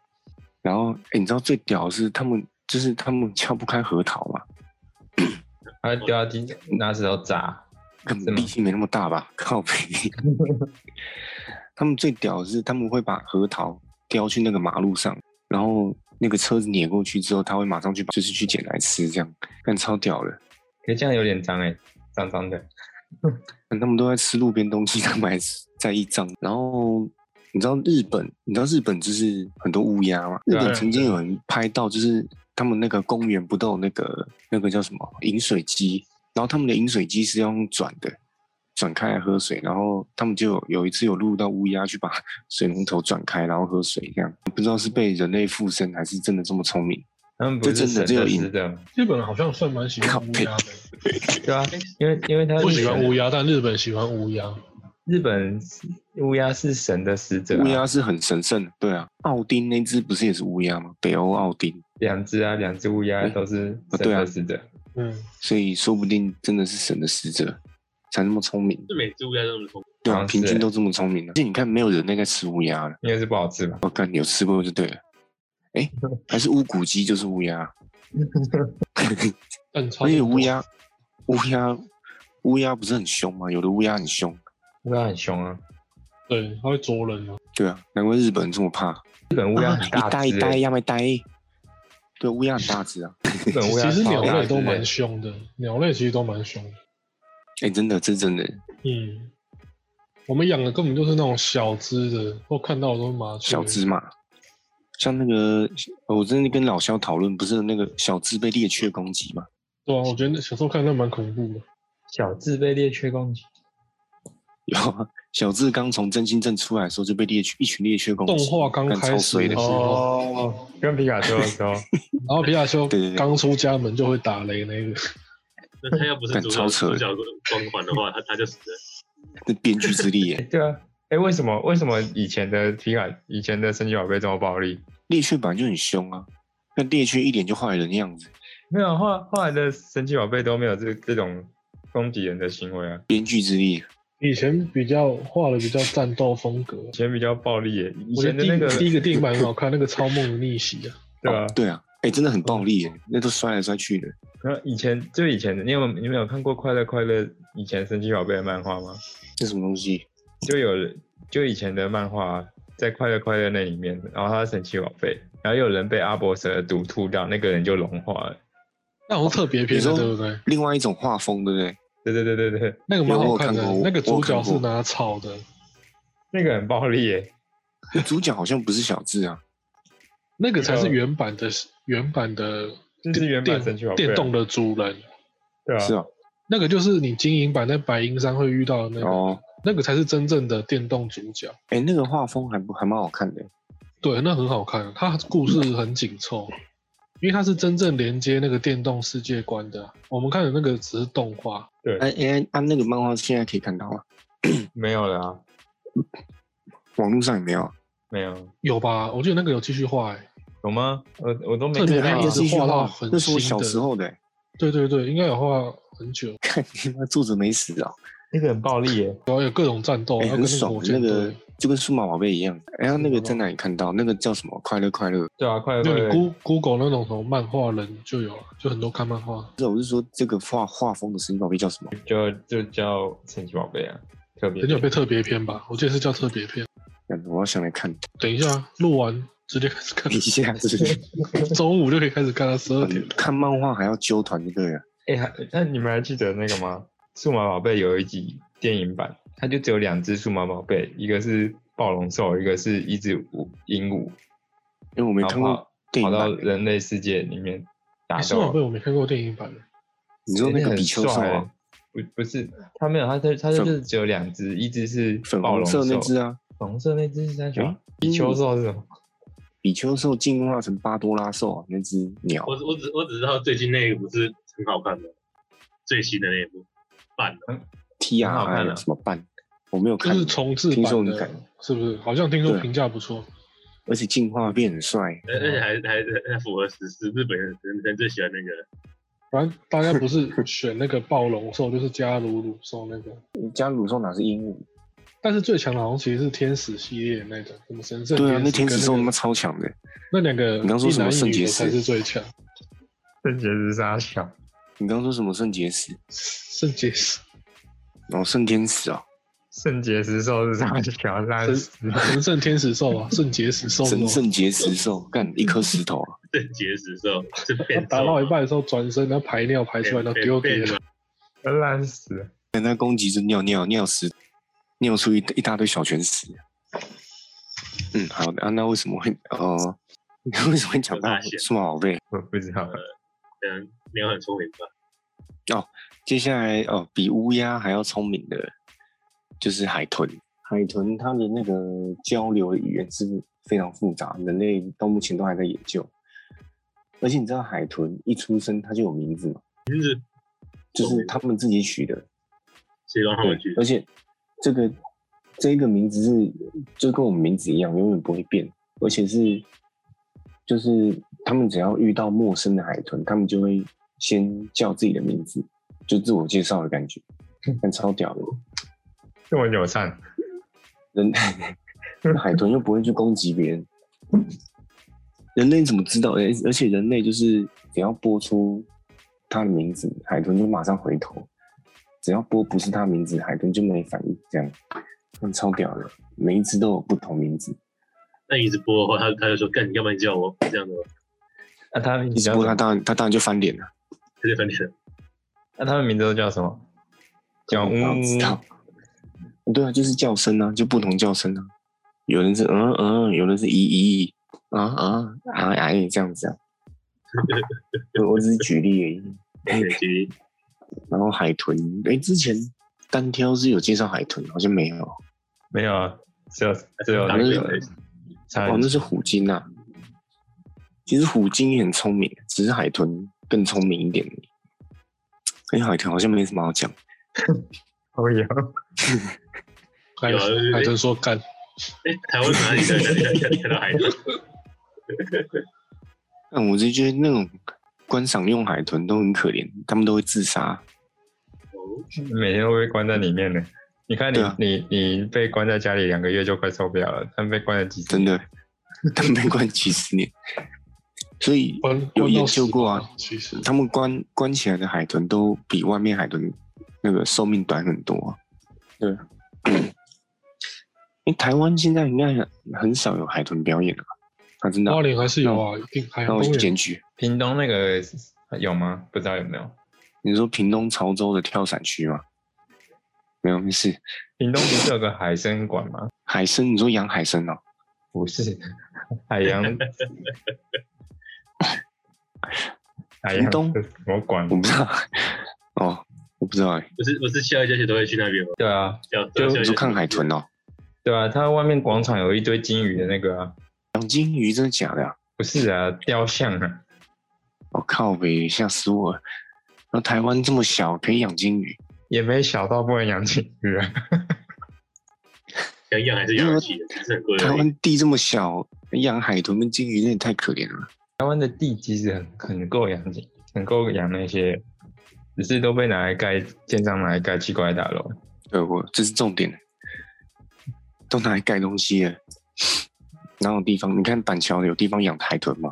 Speaker 1: 然后，哎，你知道最屌的是他们，就是他们撬不开核桃嘛，
Speaker 4: 它会丢到地，拿石头砸。
Speaker 1: 根
Speaker 4: 是
Speaker 1: 本
Speaker 4: 吗
Speaker 1: 力气没那么大吧？ 靠 背。他们最屌的是，他们会把核桃叼去那个马路上，然后那个车子碾过去之后，他会马上去把就是去捡来吃，这样，但超屌的。
Speaker 4: 可是这样有点脏哎、脏脏的。
Speaker 1: 但他们都在吃路边东西，他们还在意脏。然后你知道日本，你知道日本就是很多乌鸦嘛？日
Speaker 4: 对啊
Speaker 1: 本曾经有人拍到，就是他们那个公园不都有那个那个叫什么饮水机？然后他们的饮水机是要用转的，转开来喝水。然后他们就有有一次有录到乌鸦去把 水龙头转开，然后喝水，这样不知道是被人类附身还是真的这么聪明。
Speaker 4: 他们
Speaker 1: 这
Speaker 4: 不是
Speaker 1: 真的
Speaker 4: 神
Speaker 1: 只有
Speaker 4: 的
Speaker 1: 影
Speaker 4: 是的吗，
Speaker 2: 日本人好像算蛮喜欢乌鸦的，
Speaker 4: 对啊，因为因为它
Speaker 2: 不喜欢乌鸦，但日本喜欢乌鸦。
Speaker 4: 日本乌鸦是神的使者、啊，
Speaker 1: 乌鸦是很神圣的，对啊。奥丁那只不是也是乌鸦吗？北欧奥丁，
Speaker 4: 两只啊，两只乌鸦
Speaker 1: 哎
Speaker 4: 都是
Speaker 1: 啊
Speaker 4: 神
Speaker 1: 对啊
Speaker 4: 的使者。
Speaker 2: 嗯，
Speaker 1: 所以说不定真的是神的使者，才那么聪明。
Speaker 3: 是每只乌鸦都那么聪明，
Speaker 1: 对
Speaker 4: 好
Speaker 1: 啊，
Speaker 4: 像是
Speaker 1: 平均
Speaker 4: 欸
Speaker 1: 都这么聪明的、而且你看，没有人类在吃乌鸦了。
Speaker 4: 应该是不好吃吧？
Speaker 1: 我看有吃过就对了。哎、还是乌骨鸡就是乌 鸦，
Speaker 2: 但超
Speaker 1: 而且乌鸦，乌鸦，乌鸦不是很凶吗？有的乌鸦很凶。
Speaker 4: 乌鸦很凶啊，
Speaker 2: 对，它会啄人啊。
Speaker 1: 对啊，难怪日本人这么怕。
Speaker 4: 日本乌鸦
Speaker 1: 啊
Speaker 4: 很
Speaker 1: 一
Speaker 4: 大
Speaker 1: 呆
Speaker 4: 只、
Speaker 1: 一呆，
Speaker 4: 欸，
Speaker 1: 要没呆。对，乌鸦很大只啊。
Speaker 4: 日本乌鸦
Speaker 2: 其实
Speaker 4: 超
Speaker 2: 鸟
Speaker 4: 大
Speaker 2: 类
Speaker 4: 只
Speaker 2: 都
Speaker 4: 欸
Speaker 2: 蛮凶的，鸟类其实都蛮凶的。
Speaker 1: 哎、真的，这是真的
Speaker 2: 嗯，我们养的根本就是那种小只的，我看到的都是麻雀。
Speaker 1: 小只嘛。像那个，我真的跟老肖讨论，不是那个小只被猎雀攻击嘛？
Speaker 2: 对啊，我觉得那小时候看那蛮恐怖的。
Speaker 4: 小智被猎雀攻击，
Speaker 1: 有啊，小智刚从真心镇出来的时候就被猎雀一群猎雀攻击，
Speaker 2: 动画刚
Speaker 1: 干
Speaker 2: 开
Speaker 1: 超
Speaker 2: 始
Speaker 1: 衰的
Speaker 2: 的。时候
Speaker 4: 哦，跟皮卡丘的时候，
Speaker 2: 然后皮卡丘
Speaker 1: 对对对
Speaker 2: 刚出家门就会打雷那个，
Speaker 3: 那他要不是
Speaker 1: 干
Speaker 3: 主
Speaker 1: 超
Speaker 3: 角
Speaker 1: 扯
Speaker 3: 主角光环的话，他他就死了。
Speaker 1: 那编剧之力
Speaker 4: 哎、
Speaker 1: 耶，
Speaker 4: 对啊，哎、为什么为什么以前的皮卡以前的神奇宝贝这么暴力？
Speaker 1: 猎雀本来就很凶啊，那猎雀一脸就坏人的样子，
Speaker 4: 没有，啊后来后来的神奇宝贝都没有这这种攻击人的行为啊，
Speaker 1: 编剧之力，
Speaker 2: 以前比较画的比较战斗风格。
Speaker 4: 以前比较暴力、耶，以
Speaker 2: 我觉
Speaker 4: 前
Speaker 2: 得第一
Speaker 4: 的那个
Speaker 2: 第一个电影版很好看，那个《超梦的逆袭》啊，
Speaker 4: 对吧、
Speaker 1: 哦对啊，哎、真的很暴力耶，那都摔来摔去的，
Speaker 4: 然后以前就以前的，你有你们有看过《快乐快乐》以前神奇宝贝的漫画吗？
Speaker 1: 那什么东西？
Speaker 4: 就有人就以前的漫画啊，在《快乐快乐》那里面，然后他是神奇宝贝，然后有人被阿伯蛇的毒吐掉，那个人就融化了。
Speaker 2: 那好像特别篇的，
Speaker 1: 哦你说
Speaker 2: 对不对？
Speaker 1: 另外一种画风，对不对？
Speaker 4: 对对对对对，
Speaker 2: 那个蛮
Speaker 1: 有
Speaker 2: 好
Speaker 1: 我
Speaker 2: 看的
Speaker 1: 看过，
Speaker 2: 那个
Speaker 1: 我
Speaker 2: 主
Speaker 1: 看
Speaker 2: 角是
Speaker 1: 过
Speaker 2: 拿草的，
Speaker 4: 那个很暴力耶。
Speaker 1: 那主角好像不是小智 啊，
Speaker 2: 那个才是
Speaker 4: 对啊
Speaker 2: 原版的原版的
Speaker 4: 这
Speaker 2: 电，
Speaker 4: 是原版神奇宝贝啊
Speaker 2: 电动的主人，
Speaker 4: 对啊，
Speaker 1: 是啊，
Speaker 2: 那个就是你精英版在白银山会遇到的那个，
Speaker 1: 哦，
Speaker 2: 那个才是真正的电动主角。
Speaker 1: 哎、那个画风还不还蛮好看的，
Speaker 2: 对，那很好看，啊它故事很紧凑，啊因为它是真正连接那个电动世界观的啊。我们看的那个只是动画，
Speaker 4: 对，
Speaker 1: 哎、哎、按、那个漫画现在可以看到啊，
Speaker 4: 没有了啊，
Speaker 1: 网络上也没有啊，
Speaker 4: 没有，
Speaker 2: 有吧？我记得那个有继续画、欸，
Speaker 4: 有吗？我我都没
Speaker 2: 特别
Speaker 1: 哎那
Speaker 2: 还
Speaker 4: 看到啊
Speaker 1: 个
Speaker 2: 一
Speaker 1: 是
Speaker 2: 直
Speaker 1: 一句
Speaker 2: 画到
Speaker 1: 话
Speaker 2: 很，
Speaker 1: 那是我
Speaker 2: 新
Speaker 1: 小
Speaker 2: 的
Speaker 1: 时候的、
Speaker 2: 对对对，应该有画很久，
Speaker 1: 看你妈作者没死啊、
Speaker 4: 那个很暴力耶。
Speaker 2: 然后有各种战斗，
Speaker 1: 哎、
Speaker 2: 还
Speaker 1: 很
Speaker 2: 有跟那个
Speaker 1: 爽
Speaker 2: 火
Speaker 1: 的，那
Speaker 2: 箭
Speaker 1: 个
Speaker 2: 队，
Speaker 1: 就跟数码宝贝一样。哎、呀，那个在哪里看到？那个叫什么？快乐快乐。
Speaker 4: 对啊，快乐
Speaker 2: 就
Speaker 4: 快
Speaker 2: 你
Speaker 4: 乐，
Speaker 2: Goo- Google 那种什么漫画人就有了，就很多看漫画。
Speaker 1: 不是，我是说这个画画风的神奇宝贝叫什么？
Speaker 4: 就就叫神奇宝贝啊，特别
Speaker 2: 很久被特别篇吧，我记得是叫特别篇。
Speaker 1: 干我要想来看
Speaker 2: 等一下录完直接开始看
Speaker 1: 一，下子。
Speaker 2: 中午就可以开始看到十二点
Speaker 1: 嗯。看漫画还要揪团就对了。
Speaker 4: 哎、还那你们还记得那个吗？数码宝贝有一集电影版，它就只有两只数码宝贝，一个是暴龙兽，一个是一只鹦鹦鹉，
Speaker 1: 因为我没
Speaker 4: 然
Speaker 1: 看
Speaker 4: 后
Speaker 1: 过
Speaker 4: 啊跑
Speaker 1: 电
Speaker 4: 跑
Speaker 1: 影
Speaker 4: 到
Speaker 1: 版。
Speaker 4: 人类世界里面打
Speaker 2: 哎数码宝
Speaker 4: 斗
Speaker 2: 贝。我没看过电影版的，
Speaker 1: 你说
Speaker 4: 诶
Speaker 1: 那个
Speaker 4: 很
Speaker 1: 比丘兽
Speaker 4: 帅哦
Speaker 1: 啊，
Speaker 4: 不不是，它没有，它它它就
Speaker 1: 粉
Speaker 4: 是只有两只，一只是
Speaker 1: 粉
Speaker 4: 暴
Speaker 1: 红
Speaker 4: 龙兽
Speaker 1: 色那只，啊，
Speaker 4: 粉红色那只是三小
Speaker 1: 诶嗯
Speaker 4: 比丘兽是什么？
Speaker 1: 比丘兽进化成巴多拉兽啊，那只鸟。
Speaker 3: 我只我只我只知道最近那一部是很好看的，最新的那一部，办的。
Speaker 1: T
Speaker 4: 很好
Speaker 1: R
Speaker 4: 看
Speaker 1: I
Speaker 4: 啊
Speaker 1: 什么办？我没有
Speaker 2: 就
Speaker 1: 看
Speaker 2: 是，重置
Speaker 1: 听说很
Speaker 2: 版的
Speaker 1: 感，
Speaker 2: 是不是？好像听说
Speaker 1: 对
Speaker 2: 评价不错。
Speaker 1: 而且进化变很帅。
Speaker 3: 而而且
Speaker 1: 嗯
Speaker 3: 还还还符合时事，日本人人人最喜欢那个
Speaker 2: 反正大家不是选那个暴龙兽，就是加鲁鲁兽那个，
Speaker 1: 加鲁兽哪是鹦鹉？
Speaker 2: 但是最强的好像其实是天使系列那个，什么神圣
Speaker 1: 对啊，那天
Speaker 2: 天
Speaker 1: 使
Speaker 2: 使
Speaker 1: 兽
Speaker 2: 跟
Speaker 1: 他
Speaker 2: 那
Speaker 1: 妈
Speaker 2: 个
Speaker 1: 超强的。
Speaker 2: 那两个
Speaker 1: 你刚说
Speaker 2: 一
Speaker 1: 什么
Speaker 2: 男一
Speaker 1: 圣
Speaker 2: 女
Speaker 1: 洁
Speaker 2: 的才
Speaker 1: 石
Speaker 2: 是最强。
Speaker 4: 圣洁是三小，
Speaker 1: 你刚说什么圣结石？
Speaker 2: 圣洁石
Speaker 1: 哦，圣天使啊，
Speaker 4: 圣洁石兽是三小，三
Speaker 2: 神
Speaker 4: 十。
Speaker 2: 神圣天使 兽啊，圣洁石兽那
Speaker 3: 哦
Speaker 1: 神
Speaker 2: 种。
Speaker 1: 圣结石兽，干一颗石头啊，
Speaker 3: 正结石兽，是
Speaker 2: 他
Speaker 3: 变
Speaker 2: 打到一半的时候转身，然后排尿排出来，然后丢地
Speaker 3: 变
Speaker 2: 了。
Speaker 4: 烂死了！
Speaker 3: 嗯
Speaker 1: 人家攻击就尿尿尿石，尿出一一大堆小全石。啊嗯，好的啊，那为什么会呃， 为什么会讲到
Speaker 3: 有大写
Speaker 1: 数码宝贝？
Speaker 4: 我不知道，
Speaker 3: 嗯，没有很聪明吧？
Speaker 1: 接下来哦、比乌鸦还要聪明的就是海豚。海豚它的那个交流的语言是非常复杂，人类到目前都还在研究。而且你知道海豚一出生它就有名字吗？
Speaker 3: 名字
Speaker 1: 就是他们自己取的，
Speaker 3: 谁让他
Speaker 1: 对
Speaker 3: 们去，？
Speaker 1: 而且这个这个名字是就跟我们名字一样，永远不会变，而且是就是他们只要遇到陌生的海豚，他们就会先叫自己的名字，就自我介绍的感觉，但超屌的。
Speaker 4: 这么友善，
Speaker 1: 人海豚又不会去攻击别人，人类怎么知道？而而且人类就是只要播出它的名字，海豚就马上回头；只要播不是它名字，海豚就没反应。这样，嗯，超屌的，每一只都有不同名字，
Speaker 3: 那你一直播的话，他他就说干你干嘛你叫我这样的，
Speaker 4: 那、他们名
Speaker 1: 一
Speaker 4: 字
Speaker 1: 直
Speaker 4: 叫
Speaker 1: 播
Speaker 4: 什
Speaker 1: 它
Speaker 4: 么？
Speaker 1: 当然它当然就翻脸了。
Speaker 3: 他就翻脸。
Speaker 4: 那、他们名字都叫什么？叫呜
Speaker 1: 我不知道，对啊，就是叫声啊，就不同叫声啊。有人是嗯嗯，有人是咦咦啊啊啊啊这样子啊。 我我只是举例而已。
Speaker 3: 对其实
Speaker 1: 然后海豚，哎、之前单挑是有介绍海豚，好像没有，哦，
Speaker 4: 没有啊，只有只有
Speaker 3: 打
Speaker 4: 那
Speaker 1: 那
Speaker 4: 个
Speaker 3: 个
Speaker 4: 差
Speaker 1: 那是虎鲸啊。其实虎鲸也很聪明，只是海豚更聪明一点。哎、海豚好像没什么好讲，
Speaker 4: 哦有，
Speaker 2: 海
Speaker 3: 有啊对对对
Speaker 2: 海豚说干，
Speaker 3: 哎，台湾哪里哪里哪里哪里看到海豚？
Speaker 1: 但我是觉得那种观赏用海豚都很可怜，他们都会自杀。
Speaker 3: 哦，
Speaker 4: 每天都被关在里面呢。你看你、
Speaker 1: 对啊
Speaker 4: 你你被关在家里两个月就快受不了了，他们被关了几
Speaker 1: 真
Speaker 4: 次？
Speaker 1: 的，他们被关几十年，所以
Speaker 2: 关
Speaker 1: 有
Speaker 2: 关
Speaker 1: 研究
Speaker 2: 到死
Speaker 1: 过
Speaker 2: 吧
Speaker 1: 啊，
Speaker 2: 其实
Speaker 1: 他们关关起来的海豚都比外面海豚那个寿命短很多、啊。对， 因为台湾现在应该很很少有海豚表演了吧？啊，真的啊、
Speaker 2: 花莲还是有啊，一定还
Speaker 1: 那
Speaker 2: 有
Speaker 1: 我
Speaker 2: 公
Speaker 1: 去
Speaker 2: 园
Speaker 1: 检举。
Speaker 4: 屏东那个有吗？不知道有没有。
Speaker 1: 你说屏东潮州的跳伞区吗？没有，没事。
Speaker 4: 屏东不是有个海参馆吗？
Speaker 1: 海参，你说养海参哦？
Speaker 4: 不是， 海 洋，海洋
Speaker 1: 屏东
Speaker 4: 什么馆
Speaker 1: 我？不知道。哦，我不知道哎、
Speaker 3: 不是不是下一家学都会去那边哦吗？
Speaker 4: 对啊，
Speaker 3: 叫
Speaker 4: 就
Speaker 1: 你说看海豚哦？
Speaker 4: 对啊，它外面广场有一堆金鱼的那个啊，
Speaker 1: 养金鱼真的假的啊？
Speaker 4: 不是啊，雕像啊，
Speaker 1: 我、靠呗，吓死我了！那台湾这么小，可以养金鱼？
Speaker 4: 也没小到不能养金鱼啊。
Speaker 3: 想养还是养得起的，是很贵
Speaker 1: 台
Speaker 3: 的。
Speaker 1: 湾地这么小，养海豚跟金鱼那也太可怜了。
Speaker 4: 台湾的地其实很很够养金，很够养那些，只是都被拿来盖建商，拿来盖奇怪的大楼。
Speaker 1: 对我这是重点，都拿来盖东西了，哪有地方？你看板桥有地方养海豚吗？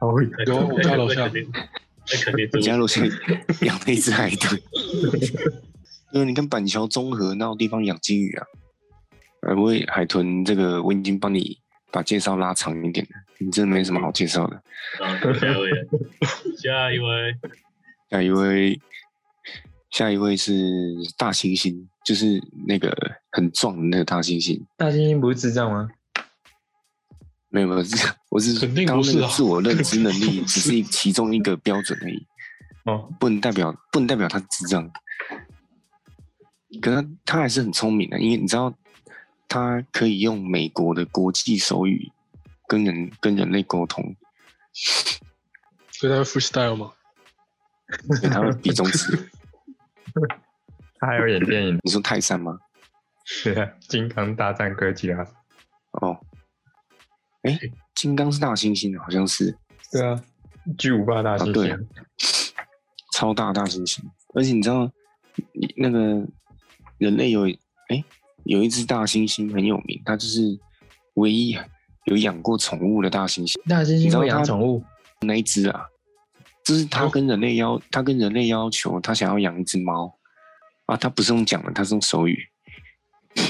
Speaker 4: 哦，
Speaker 2: 有我家楼下
Speaker 3: 那肯定，那肯定
Speaker 1: 我
Speaker 3: 租
Speaker 1: 家楼下 养了一只海豚。对，啊你看板桥中和哪有地方养金鱼啊？呃，我也海豚这个我已经帮你把介绍拉长一点了，你真的没什么好介绍的。
Speaker 3: 啊， 下一位了，下一位，
Speaker 1: 下一位，下一位是大猩猩，就是那个很壮的那个大猩猩。
Speaker 4: 大猩猩不是智障吗？
Speaker 1: 没有没有， 是我是
Speaker 2: 肯定
Speaker 1: 刚
Speaker 2: 不
Speaker 1: 刚
Speaker 2: 是
Speaker 1: 那个
Speaker 2: 啊
Speaker 1: 自我认知能 力只是一其中一个标准而已，
Speaker 4: 哦，
Speaker 1: 不能代表不能代表他智障。可是他他还是很聪明的，因为你知道，他可以用美国的国际手语跟人跟人类沟通，
Speaker 2: 所以他会 freestyle 嘛，
Speaker 1: 所以他会比中 指。，
Speaker 4: 他还有演电影
Speaker 1: 你说泰山吗？
Speaker 4: 对啊，《金刚大战哥吉拉》。
Speaker 1: 哦，哎，金刚是大猩猩，好像是。
Speaker 4: 对啊，巨无霸大猩
Speaker 1: 啊对
Speaker 4: 猩，
Speaker 1: 超大大猩猩，而且你知道，你那个人类有哎、有一只大猩猩很有名，它就是唯一有养过宠物的大猩猩，
Speaker 4: 大猩
Speaker 1: 你知
Speaker 4: 猩
Speaker 1: 道
Speaker 4: 会养
Speaker 1: 它
Speaker 4: 宠物，
Speaker 1: 那一只啊，就是它跟人类要，它跟人类要求，它想要养一只猫啊，它不是用讲的，它是用手语，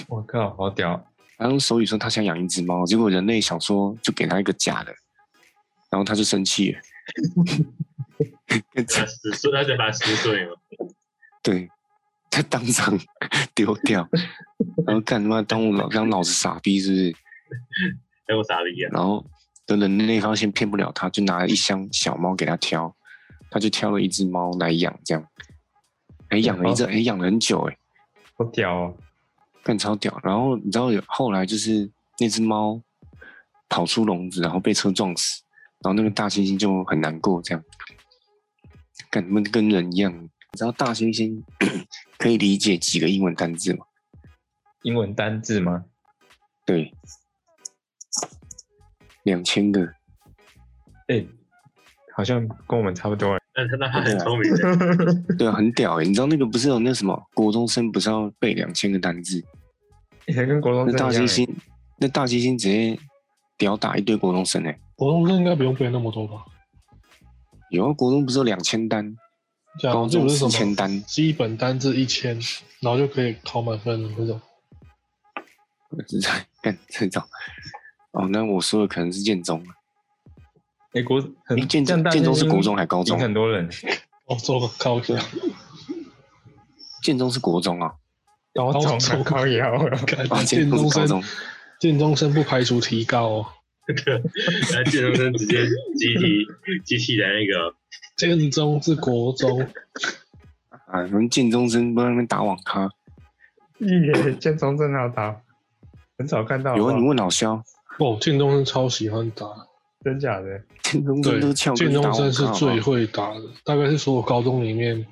Speaker 4: 我靠，好屌！
Speaker 1: 它用手语说它想养一只猫，结果人类想说就给它一个假的，然后它就生气了，
Speaker 3: 他十岁，他才把十岁嘛，
Speaker 1: 对，他当场 丢掉，然后干他妈当我老当老子傻逼是不是？
Speaker 3: 还有傻逼啊！
Speaker 1: 然后等人类发现骗不了他，就拿了一箱小猫给他挑，他就挑了一只猫来养，这样，哎、养了一阵，哎、养了很久、哎，
Speaker 4: 好屌哦！
Speaker 1: 干超屌。然后你知道有后来就是那只猫跑出笼子，然后被车撞死，然后那个大猩猩就很难过，这样，干他们跟 人一样。你知道大猩猩可以理解几个英文单字吗？
Speaker 4: 英文单字吗？
Speaker 1: 对，两千个，
Speaker 4: 哎、好像跟我们差不多。
Speaker 3: 但他那他很聪明的，
Speaker 1: 对啊，很屌哎、你知道那个不是有那什么国中生不是要背两千个单字？
Speaker 4: 以前跟国
Speaker 2: 哦
Speaker 4: 中
Speaker 1: 那
Speaker 4: 生
Speaker 1: 大
Speaker 4: 一样
Speaker 1: 猩
Speaker 4: 欸，
Speaker 1: 猩，那大猩猩直接屌打一堆国中生哎、
Speaker 2: 国中生应该不用背那么多吧？
Speaker 1: 有啊，国中不是有两千单，
Speaker 2: 假
Speaker 1: 高
Speaker 2: 如啊这
Speaker 1: 中
Speaker 2: 不是
Speaker 1: 四
Speaker 2: 什
Speaker 1: 千
Speaker 2: 么
Speaker 1: 单，
Speaker 2: 基本单字一千，然后就可以考满分的那种。
Speaker 1: 是在干这种。哦，那我说的可能是建中，
Speaker 4: 哎、国
Speaker 2: 嗯
Speaker 1: 诶
Speaker 4: 很
Speaker 1: 建
Speaker 4: 这样
Speaker 1: 中
Speaker 4: 大猩猩
Speaker 1: 建中是国中还高
Speaker 4: 赢
Speaker 1: 中？
Speaker 4: 很多人，
Speaker 2: 哦，做个考一
Speaker 1: 啊
Speaker 2: 下，
Speaker 1: 建中是国中啊，
Speaker 4: 高
Speaker 2: 中
Speaker 4: 中啊高一啊，
Speaker 2: 看
Speaker 1: 啊，建
Speaker 2: 建
Speaker 1: 中
Speaker 2: 中
Speaker 1: 是高
Speaker 2: 生
Speaker 1: 中，
Speaker 2: 建中生不排除提高哦。
Speaker 3: 然后建中生直接集体集体来那个
Speaker 2: 建中是国中，
Speaker 1: 啊，我们建中生不在那边打网咖。
Speaker 4: 耶，建中真的好打，很少看到。
Speaker 1: 有
Speaker 4: 好
Speaker 1: 啊，
Speaker 4: 不好
Speaker 1: 你问老肖，
Speaker 2: 哦，建中生超喜欢打，
Speaker 4: 真假的？
Speaker 1: 建中生
Speaker 2: 对
Speaker 1: 都是，翘课
Speaker 2: 建
Speaker 1: 去打
Speaker 2: 中
Speaker 1: 网
Speaker 2: 生是
Speaker 1: 咖好不好
Speaker 2: 最会打的，大概是所有高中里面，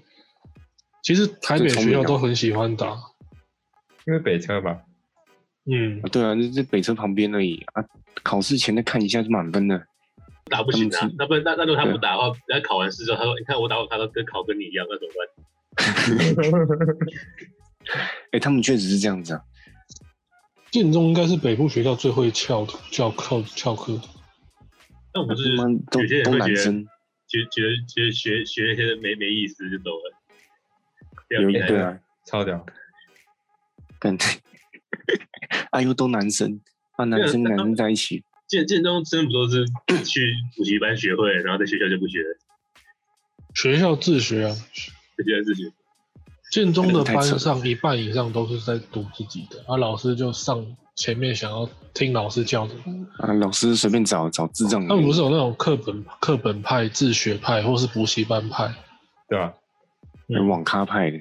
Speaker 2: 其实台北学校都很喜欢打，
Speaker 4: 因为北车吧，
Speaker 2: 嗯
Speaker 1: 啊，对啊，就是北车旁边而已啊。考试前再看一下就满分了，
Speaker 3: 打不行
Speaker 1: 他
Speaker 3: 啊
Speaker 1: 们是，啊
Speaker 3: 那不那那如果他不打的话，他考完试之后，他说你看我打我他都跟考跟你一样，那怎么办？
Speaker 1: 哎、他们确实是这样子啊。
Speaker 2: 建中应该是北部学校最会翘翘翘翘课，
Speaker 3: 那我们就是
Speaker 1: 他妈都
Speaker 3: 有些人
Speaker 1: 都
Speaker 3: 会
Speaker 1: 男
Speaker 3: 觉得
Speaker 1: 生，
Speaker 3: 觉觉得觉得学学那些没没意思就走了。这样
Speaker 1: 有
Speaker 3: 厉害
Speaker 1: 对啊，
Speaker 4: 超屌。
Speaker 1: 感觉， 哎呦都男生啊，男生
Speaker 3: 对啊
Speaker 1: 男生在一起，
Speaker 3: 建建中真不都是 去补习班学会，然后在学校就不学了，
Speaker 2: 学校自学啊。
Speaker 3: 这件 事情。
Speaker 2: 建中的班上一半以上都是在读自己的，啊，老师就上前面想要听老师教的。
Speaker 4: 嗯
Speaker 1: 啊，老师随便找找智障的。
Speaker 2: 他们不是有那种课本课本派、自学派或是补习班派？
Speaker 4: 对吧？
Speaker 1: 有网咖派的，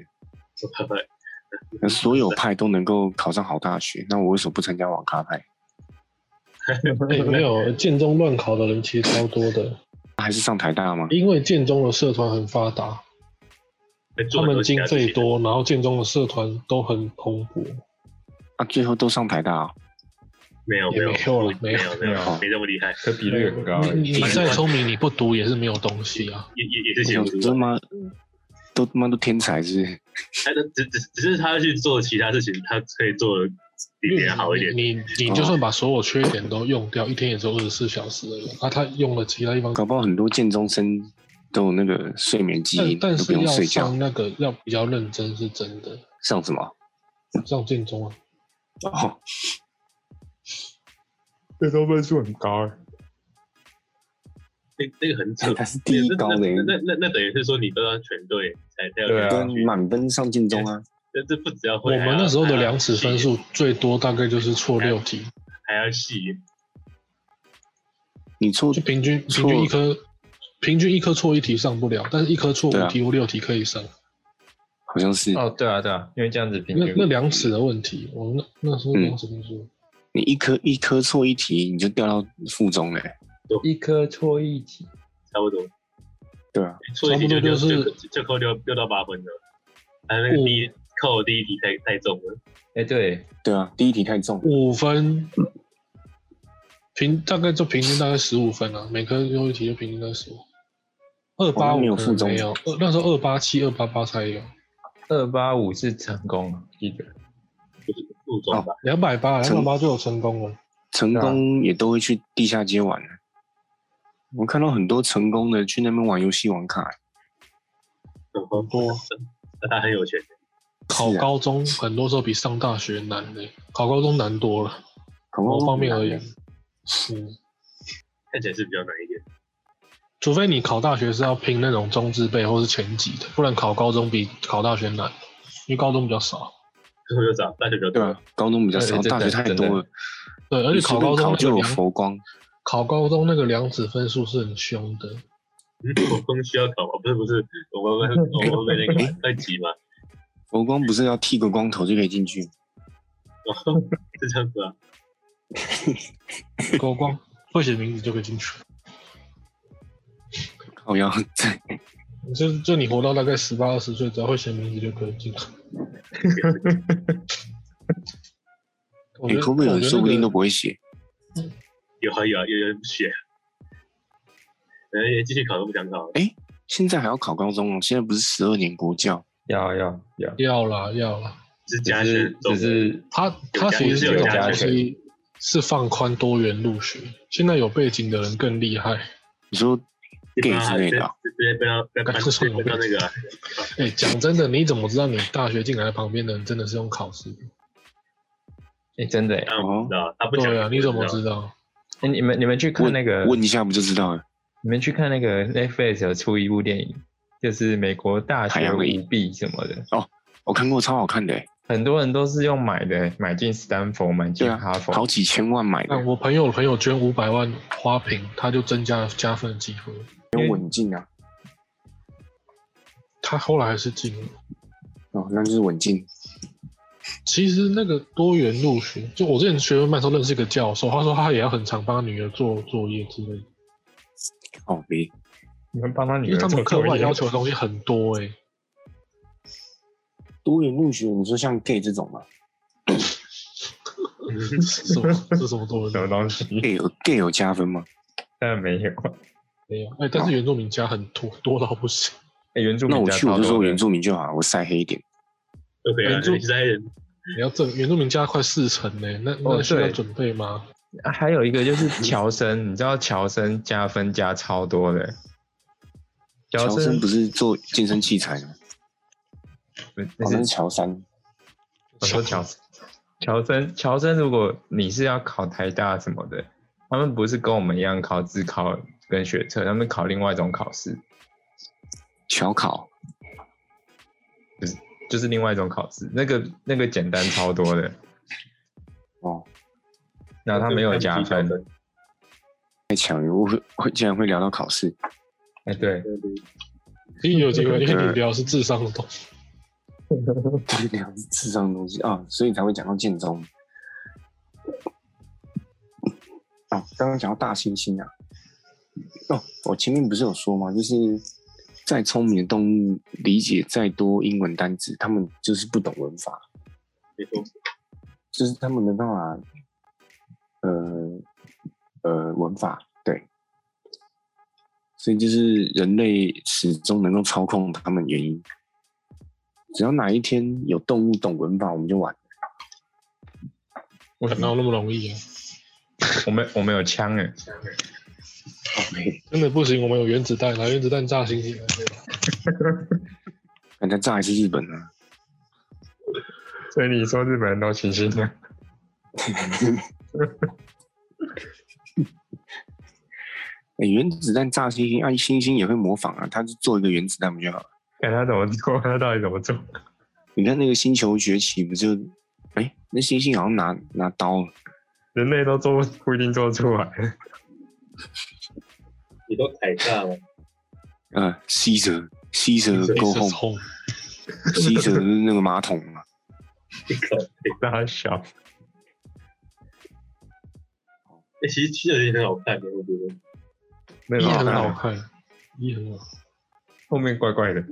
Speaker 1: 那所有派都能够考上好大学，那我为什么不参加网咖派？
Speaker 2: 哎、没 有，建中乱考的人其实超多的，
Speaker 1: 还是上台大吗？
Speaker 2: 因为建中的社团很发达，
Speaker 3: 会
Speaker 2: 他
Speaker 3: 做很
Speaker 2: 们
Speaker 3: 多其
Speaker 2: 经
Speaker 3: 他事
Speaker 2: 费
Speaker 3: 情，
Speaker 2: 多，然后建中的社团都很蓬勃。
Speaker 1: 啊，最后都上台大、哦，
Speaker 3: 没有
Speaker 2: 也
Speaker 3: 有
Speaker 2: 没
Speaker 3: 没
Speaker 2: 有了没
Speaker 3: 没
Speaker 2: 有
Speaker 3: 有没
Speaker 4: 没有
Speaker 3: 没这么厉害，
Speaker 4: 可比率很高、
Speaker 2: 你你
Speaker 4: 欸。
Speaker 2: 再聪明，你不读也是没有东西啊。
Speaker 3: 也也也是
Speaker 1: 我想
Speaker 3: 写不
Speaker 1: 都他
Speaker 3: 出来。
Speaker 1: 妈都他妈都天才是不是？
Speaker 3: 他的只只只是他去做其他事情，他可以做的比别人好一点。
Speaker 2: 你你你就算把所有缺点都用掉，一天也只有二十四小时而已。啊，他用了其他地方
Speaker 1: 搞不好很多建中生都有那个睡眠基因，
Speaker 2: 但但
Speaker 1: 都不
Speaker 2: 是
Speaker 1: 用
Speaker 2: 要
Speaker 1: 睡觉
Speaker 2: 上，那个要比较认真是真的，
Speaker 1: 上什么？
Speaker 2: 上建中啊，
Speaker 1: 哦，
Speaker 4: 这都分数很高、欸，
Speaker 2: 嗯
Speaker 3: 那那个很扯，
Speaker 1: 他是第一高的
Speaker 3: 那那那那等于是说你都要全对才才有
Speaker 4: 对啊
Speaker 3: 办
Speaker 1: 跟
Speaker 3: 法去
Speaker 1: 满分上建中啊，
Speaker 3: 这这不只要
Speaker 2: 我
Speaker 3: 会，
Speaker 2: 们那时候的量尺分数最多大概就是错六题，
Speaker 3: 还要细，
Speaker 1: 你错
Speaker 2: 就平均
Speaker 1: 错
Speaker 2: 平均一科，平均一科错一题上不了，但是一科错
Speaker 1: 对啊
Speaker 2: 五题或六题可以上。
Speaker 1: 好像是
Speaker 2: 嗯
Speaker 4: 哦，对啊，对啊，因为这样子平
Speaker 2: 那
Speaker 4: 均
Speaker 2: 那量尺的问题，我们那那时
Speaker 1: 嗯
Speaker 2: 候量尺分数，
Speaker 1: 你一科一科错一题，你就掉到附中嘞、欸
Speaker 4: 一科错一题，
Speaker 3: 差不多，
Speaker 1: 对啊，
Speaker 3: 错一题
Speaker 2: 差
Speaker 3: 就
Speaker 2: 不多就
Speaker 3: 就
Speaker 2: 是
Speaker 3: 就就扣六六到八分了，还有那个
Speaker 2: 嗯
Speaker 3: 第一扣的第一题太太重了，
Speaker 4: 哎、对，
Speaker 1: 对啊，第一题太重，
Speaker 2: 五、分，平大概就平均大概十五分啊，每科优一题就平均在十五。二八
Speaker 1: 那
Speaker 2: 五
Speaker 1: 没有
Speaker 2: 可
Speaker 1: 附
Speaker 2: 能
Speaker 1: 中
Speaker 2: 没有，呃那时候二八七、二八八才有，
Speaker 4: 二八五是成功啊，记得
Speaker 3: 不中吧？
Speaker 2: 两百八，啊两
Speaker 1: 成
Speaker 2: 百八就有成功了。
Speaker 1: 成功也都会去地下街玩、啊我看到很多成功的去那边玩游戏玩卡、欸
Speaker 3: 然后
Speaker 2: 多
Speaker 3: 那他很有钱，
Speaker 2: 考
Speaker 1: 啊
Speaker 2: 高中很多时候比上大学难呢、考高中难多了，
Speaker 1: 考
Speaker 2: 某
Speaker 1: 高
Speaker 2: 方面而言。嗯，
Speaker 3: 看起来是比较难一点。
Speaker 2: 除非你考大学是要拼那种中字辈或是前几的，不然考高中比考大学难，因为高中比较少。
Speaker 3: 我就找大学比
Speaker 1: 对
Speaker 3: 较多，
Speaker 1: 啊，高中比较少，
Speaker 4: 对真的
Speaker 1: 大学太多了，
Speaker 2: 对，而且考高中
Speaker 1: 考
Speaker 2: 那
Speaker 1: 就
Speaker 2: 个
Speaker 1: 有
Speaker 2: 量，
Speaker 1: 佛光，
Speaker 2: 考高中那个量子分数是很凶的。
Speaker 3: 嗯我空需要考吗？不 是不是，我
Speaker 1: 哎
Speaker 3: 们我们我们那个二级嘛，
Speaker 1: 佛光不是要剃个光头就可以进去？
Speaker 3: 然后是这样子啊，
Speaker 2: 高光会写名字就可以进去，
Speaker 1: 靠腰，这
Speaker 2: 就就你活到大概十八二十岁，只要会写名字就可以进去。 我
Speaker 1: 哎
Speaker 2: 觉得
Speaker 1: 后面有
Speaker 2: 我
Speaker 1: 人
Speaker 2: 觉得
Speaker 1: 说不定
Speaker 2: 那
Speaker 1: 都
Speaker 2: 个
Speaker 1: 不会写。
Speaker 3: 有啊有啊，有人学。哎，继续考都不想考，
Speaker 1: 现在还要考高中哦，现在不是十二年国教，
Speaker 4: 要要要，
Speaker 2: 要啦要啦，
Speaker 3: 只是
Speaker 4: 只
Speaker 3: 加
Speaker 4: 是
Speaker 3: 权
Speaker 4: 只是
Speaker 2: 他他其实这
Speaker 4: 有
Speaker 2: 种
Speaker 4: 加
Speaker 2: 东
Speaker 4: 权
Speaker 2: 西是放宽多元入学，现在有背景的人更厉害。
Speaker 1: 你说 gay 之类
Speaker 3: 直
Speaker 1: 的啊、
Speaker 3: 接被到被搬
Speaker 2: 干这是我
Speaker 3: 被到那个啊，
Speaker 2: 哎、讲真的，你怎么知道你大学进来旁边的人真的是用考试的？
Speaker 4: 哎、真的哎、
Speaker 3: 当然
Speaker 1: 哦
Speaker 3: 我不知道，他不
Speaker 2: 对啊，
Speaker 3: 想。
Speaker 2: 你怎么知道？
Speaker 4: 哎你们你们去看那个，
Speaker 1: 问一下不就知道了？
Speaker 4: 你们去看那个 Netflix 有出一部电影，就是美国大
Speaker 1: 海
Speaker 4: 学
Speaker 1: 洋里
Speaker 4: 舞弊什么的，
Speaker 1: 我看过超好看的、欸，
Speaker 4: 很多人都是用买的，买进斯坦福，买
Speaker 1: 对
Speaker 4: 进
Speaker 1: 啊
Speaker 4: 哈佛，
Speaker 1: 好几千万买的
Speaker 2: 那，我朋友朋友捐五百万花瓶，他就增加了加分的机会。
Speaker 1: 很稳进啊。
Speaker 2: 他后来还是进了。
Speaker 1: 哦，那就是稳进。
Speaker 2: 其实那个多元入学，就我之前学文班的时候认识一个教授，他说他也要很常帮他女儿做作业之类的，
Speaker 1: 哦，别，
Speaker 4: 你们帮他
Speaker 2: 因
Speaker 4: 女
Speaker 2: 为
Speaker 4: 儿
Speaker 2: 他们
Speaker 4: 做
Speaker 2: 课
Speaker 4: 作
Speaker 2: 外
Speaker 4: 业
Speaker 2: 要求的东西很多哎、
Speaker 1: 多元入学，你说像 gay 这种吗
Speaker 2: 是什么？是什么多
Speaker 4: 什么
Speaker 2: 元？
Speaker 4: 东西，
Speaker 1: ？gay 有 gay 有加分吗？
Speaker 4: 当然没有。
Speaker 2: 没有哎、但是原住民家很多多到不行。
Speaker 4: 哎、原住民
Speaker 1: 那我
Speaker 4: 家
Speaker 1: 去我
Speaker 4: 超
Speaker 1: 就
Speaker 4: 多
Speaker 1: 说
Speaker 4: 的
Speaker 1: 原住民就好了，我晒黑一点。
Speaker 3: 都可以啊，
Speaker 2: 原住
Speaker 3: 你是在人
Speaker 2: 你要正原住民家快四成呢、那
Speaker 4: 哦
Speaker 2: 那需要
Speaker 4: 对
Speaker 2: 准备吗？
Speaker 4: 啊还有一个就是乔生， 你知道乔生加分加超多的、
Speaker 1: 乔
Speaker 4: 生
Speaker 1: 生不是做健身器材的吗？
Speaker 4: 不是
Speaker 1: 好
Speaker 4: 那
Speaker 1: 像是
Speaker 4: 是
Speaker 1: 乔三。
Speaker 4: 我说乔乔生乔生，如果你是要考台大什么的，他们不是跟我们一样考自考跟学测，他们考另外一种考试，
Speaker 1: 乔考，
Speaker 4: 就是另外一种考试，那个那个简单超多的，
Speaker 1: 哦，
Speaker 4: 然后他没有加分。
Speaker 1: 太强了！我会会竟然会聊到考试，
Speaker 4: 哎、对，
Speaker 2: 其实有机会，因为
Speaker 1: 对
Speaker 2: 你聊的是智商的东西。
Speaker 1: 聊智商的东西啊，所以才会讲到建中。啊，刚刚讲到大猩猩啊，哦，我前面不是有说吗？就是再聪明的动物，理解再多英文单词，他们就是不懂文法，
Speaker 3: 没错，
Speaker 1: 就是他们没办法，呃呃，文法对，所以就是人类始终能够操控他们原因。只要哪一天有动物懂文法，我们就完了。
Speaker 4: 我
Speaker 2: 哪有那么容易啊？
Speaker 4: 我们我们有枪哎、
Speaker 2: 真的不行，我们有原子弹，啊拿原子弹炸星星。
Speaker 1: 那再炸一次日本啊！
Speaker 4: 所以你说日本人都清醒 的，
Speaker 1: 哎、原子弹炸星星，啊，星星也会模仿啊，他就做一个原子弹不就好了？
Speaker 4: 看哎他怎么做， 他到底怎么做？
Speaker 1: 你看那个星球崛起不就？哎、那星星好像拿拿刀了，
Speaker 4: 人类都做不不一定做出来。
Speaker 3: 你都凯撒了，
Speaker 1: 呃，吸着吸着
Speaker 2: This
Speaker 1: go
Speaker 2: is
Speaker 1: home，
Speaker 2: home
Speaker 1: 吸着那个马桶啊。
Speaker 4: 大小，
Speaker 3: 哎，其实七的也很好看的，我觉得。
Speaker 4: 那
Speaker 2: 一
Speaker 4: 个
Speaker 2: 很好
Speaker 4: 好看，
Speaker 2: 看，一很好，
Speaker 4: 后面怪怪的。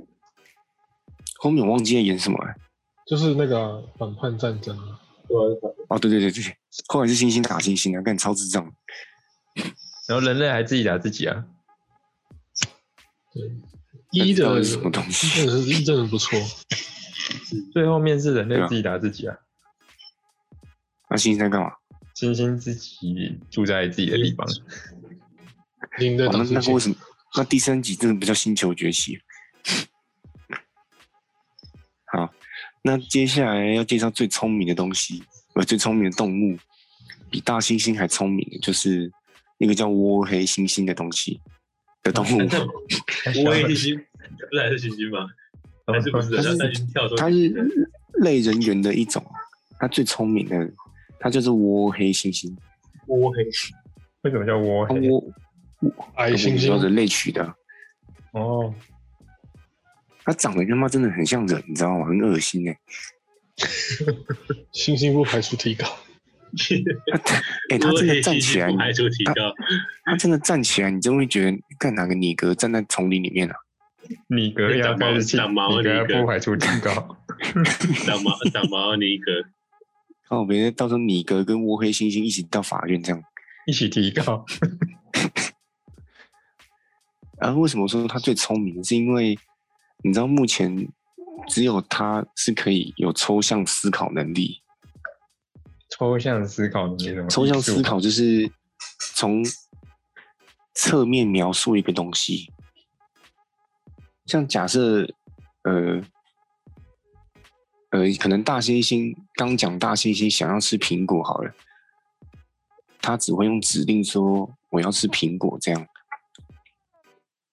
Speaker 1: 后面我忘记在演什么了、
Speaker 2: 就是那个啊反叛战争啊。
Speaker 3: 对啊
Speaker 1: 哦，对对对对，对后来是星星打星星啊，干超智障。
Speaker 4: 然后人类还自己打自己啊，
Speaker 2: 对，一
Speaker 1: 到
Speaker 2: 的
Speaker 1: 底是什么东西
Speaker 2: 真的是一真的不错，
Speaker 4: 最后面是人
Speaker 1: 对
Speaker 4: 类
Speaker 1: 啊
Speaker 4: 自己打自己啊，
Speaker 1: 那、星星在干嘛？
Speaker 4: 星星自己住在自己的地方，
Speaker 2: 赢的
Speaker 1: 哦、那那
Speaker 2: 打星
Speaker 1: 个为什
Speaker 2: 星。
Speaker 1: 么？那第三集真的不叫星球崛起。 好，那接下来要介绍最聪明的东西，呃，最聪明的动物，比大猩猩还聪明的，就是一个叫窝黑猩猩的东西的动物。
Speaker 4: 哎
Speaker 3: 我也已经不是还是星星吧？还是不是？啊
Speaker 1: 但是
Speaker 3: 他已经跳出
Speaker 1: 它是类人猿的一种，啊它最聪明的，它就是窝黑猩猩。
Speaker 3: 窝黑，
Speaker 4: 为什么叫窝
Speaker 1: 它
Speaker 4: 黑？
Speaker 1: 窝
Speaker 2: 矮哎猩
Speaker 1: 有
Speaker 2: 猩
Speaker 1: 人类取的，
Speaker 4: 哦，
Speaker 1: 它长得他妈真的很像人，你知道吗？很恶心哎、
Speaker 2: 猩猩不排除提高，
Speaker 1: 欸！哎、它
Speaker 3: 窝
Speaker 1: 真
Speaker 3: 黑
Speaker 1: 的
Speaker 3: 猩
Speaker 1: 站起来，
Speaker 3: 猩不排除提高，
Speaker 1: 它真的站起来，你真会觉得干哪个尼格站在丛林里面啊？
Speaker 4: 米格要开始起，
Speaker 3: 长毛
Speaker 4: 米
Speaker 3: 长毛尼
Speaker 4: 格要
Speaker 3: 格
Speaker 4: 不排除提高，
Speaker 3: 长毛长毛尼格，
Speaker 1: 那我们哦到时候米格跟窝黑猩猩一起到法院这样。
Speaker 4: 一起提高。
Speaker 1: 啊，为什么说他最聪明？是因为你知道，目前只有他是可以有抽象思考能力。
Speaker 4: 抽象思考能力什么？
Speaker 1: 抽象思考就是从侧面描述一个东西，像假设，呃，呃，可能大猩猩刚讲大猩猩想要吃苹果好了，他只会用指令说我要吃苹果这样，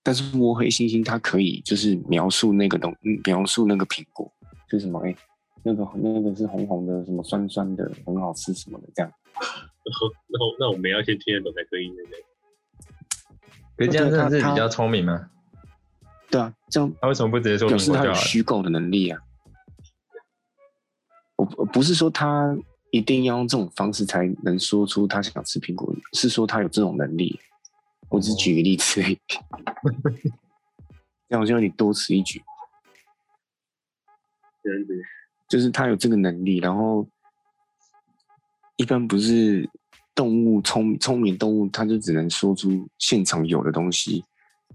Speaker 1: 但是窝黑猩猩它可以就是描述那个东，嗯描述那个苹果是什么？哎、那个那个是红红的，什么酸酸的，很好吃什么的这样。
Speaker 3: 然后然后那我们要先听得懂才可以那个。
Speaker 4: 可是这样算是比较聪明吗？
Speaker 1: 对啊，这样
Speaker 4: 他为什么不直接说
Speaker 1: 表
Speaker 4: 苹
Speaker 1: 示
Speaker 4: 果
Speaker 1: 他
Speaker 4: 就
Speaker 1: 有
Speaker 4: 好了？
Speaker 1: 虚构的能力啊。我我不是说他一定要用这种方式才能说出他想吃苹果，是说他有这种能力。我只举个例子而已， 这样我希望你多此一举。
Speaker 3: 这样子，
Speaker 1: 就是他有这个能力，然后一般不是动物聪聪明动物，它就只能说出现场有的东西，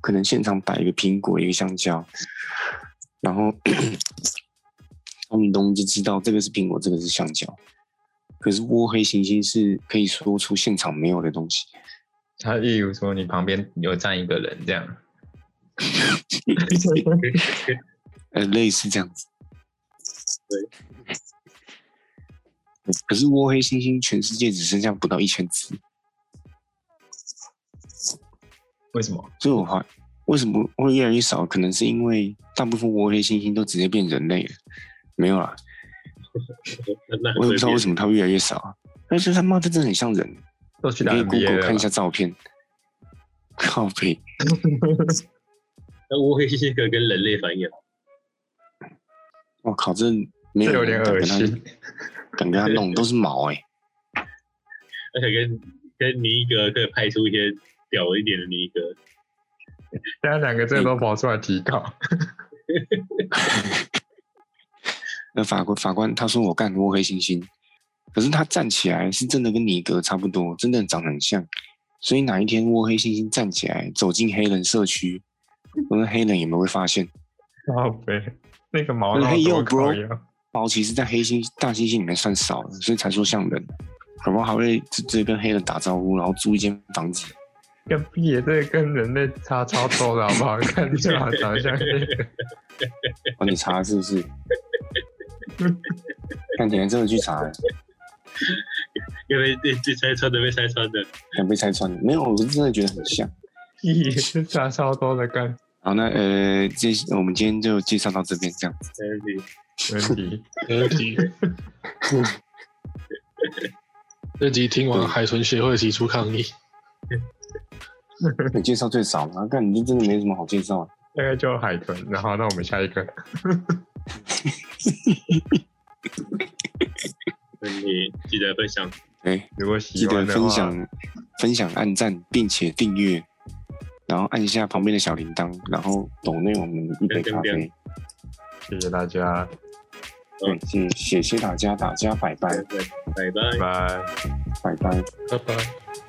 Speaker 1: 可能现场摆一个苹果，一个香蕉，然后 聪明动物就知道这个是苹果，这个是香蕉。可是窝黑猩猩是可以说出现场没有的东西，
Speaker 4: 他例如说你旁边有站一个人这样，
Speaker 1: 呃，类似这样子。对。可是窝黑猩猩全世界只剩下不到一千只，
Speaker 4: 为什么？
Speaker 1: 所以我怀为什么会越来越少？可能是因为大部分窝黑猩猩都直接变人类了，没有啦，
Speaker 3: 那那很
Speaker 1: 我也不
Speaker 3: 会
Speaker 1: 知道
Speaker 3: 变
Speaker 1: 为什么它会越来越少啊。但是他妈的真的很像人，
Speaker 4: 都去
Speaker 1: 你
Speaker 4: 打
Speaker 1: 可以
Speaker 4: NBA
Speaker 1: Google
Speaker 4: 了
Speaker 1: 看一
Speaker 4: 吧
Speaker 1: 下照片。靠背，
Speaker 3: 那乌黑猩可以跟人类反应啊，
Speaker 1: 我靠，这没
Speaker 4: 这
Speaker 1: 有
Speaker 4: 有点
Speaker 1: 人敢
Speaker 4: 恶
Speaker 1: 跟他
Speaker 4: 心。
Speaker 1: 敢跟他弄，都是毛哎、
Speaker 3: 而且跟跟尼格可以派出一些屌一点的尼格，
Speaker 4: 大家两个这都跑出来提告，
Speaker 1: 那法官法官他说我干窝黑猩猩，可是他站起来是真的跟尼格差不多，真的长得很像。所以哪一天窝黑猩猩站起来走进黑人社区，我们黑人有没有会发现？
Speaker 4: 好呗，那个毛
Speaker 1: 那
Speaker 4: 那
Speaker 1: 黑
Speaker 4: 么
Speaker 1: 鼬
Speaker 4: 多
Speaker 1: bro
Speaker 4: 烤腰，
Speaker 1: 毛其实，在黑猩大猩猩里面算少的，所以才说像人。可能还会直直接跟黑人打招呼，然后租一间房子。
Speaker 4: 个屁耶，这个跟人类差超多的好不好？ 看就好长相黑人，
Speaker 1: 哦，你查是不是？看你还真的去查，
Speaker 3: 因为被被拆穿的被拆穿的，
Speaker 1: 敢被拆穿的？没有，我是真的觉得很像。
Speaker 4: 屁耶，这差超多的干
Speaker 1: 好，那呃，这我们今天就介绍到这边，这样。
Speaker 3: 没问题。
Speaker 4: 问题。
Speaker 2: 没问 题。这集听完，海豚协会提出抗议。
Speaker 1: 你介绍最少嘛？看你这真的没什么好介绍、啊。
Speaker 4: 大概就海豚，然后那我们下一个，
Speaker 3: 那你记得分享，
Speaker 1: 对，
Speaker 4: 如果
Speaker 1: 记
Speaker 4: 喜
Speaker 1: 得
Speaker 4: 欢的
Speaker 1: 分
Speaker 4: 话，
Speaker 1: 享、分享、按赞，并且订阅，然后按一下旁边的小铃铛，然后抖内我们一杯咖啡。
Speaker 4: 谢谢大家，
Speaker 1: 对，谢谢谢大家，大家拜拜
Speaker 3: 拜拜拜。
Speaker 4: 拜拜。
Speaker 1: 拜拜。
Speaker 2: 拜拜。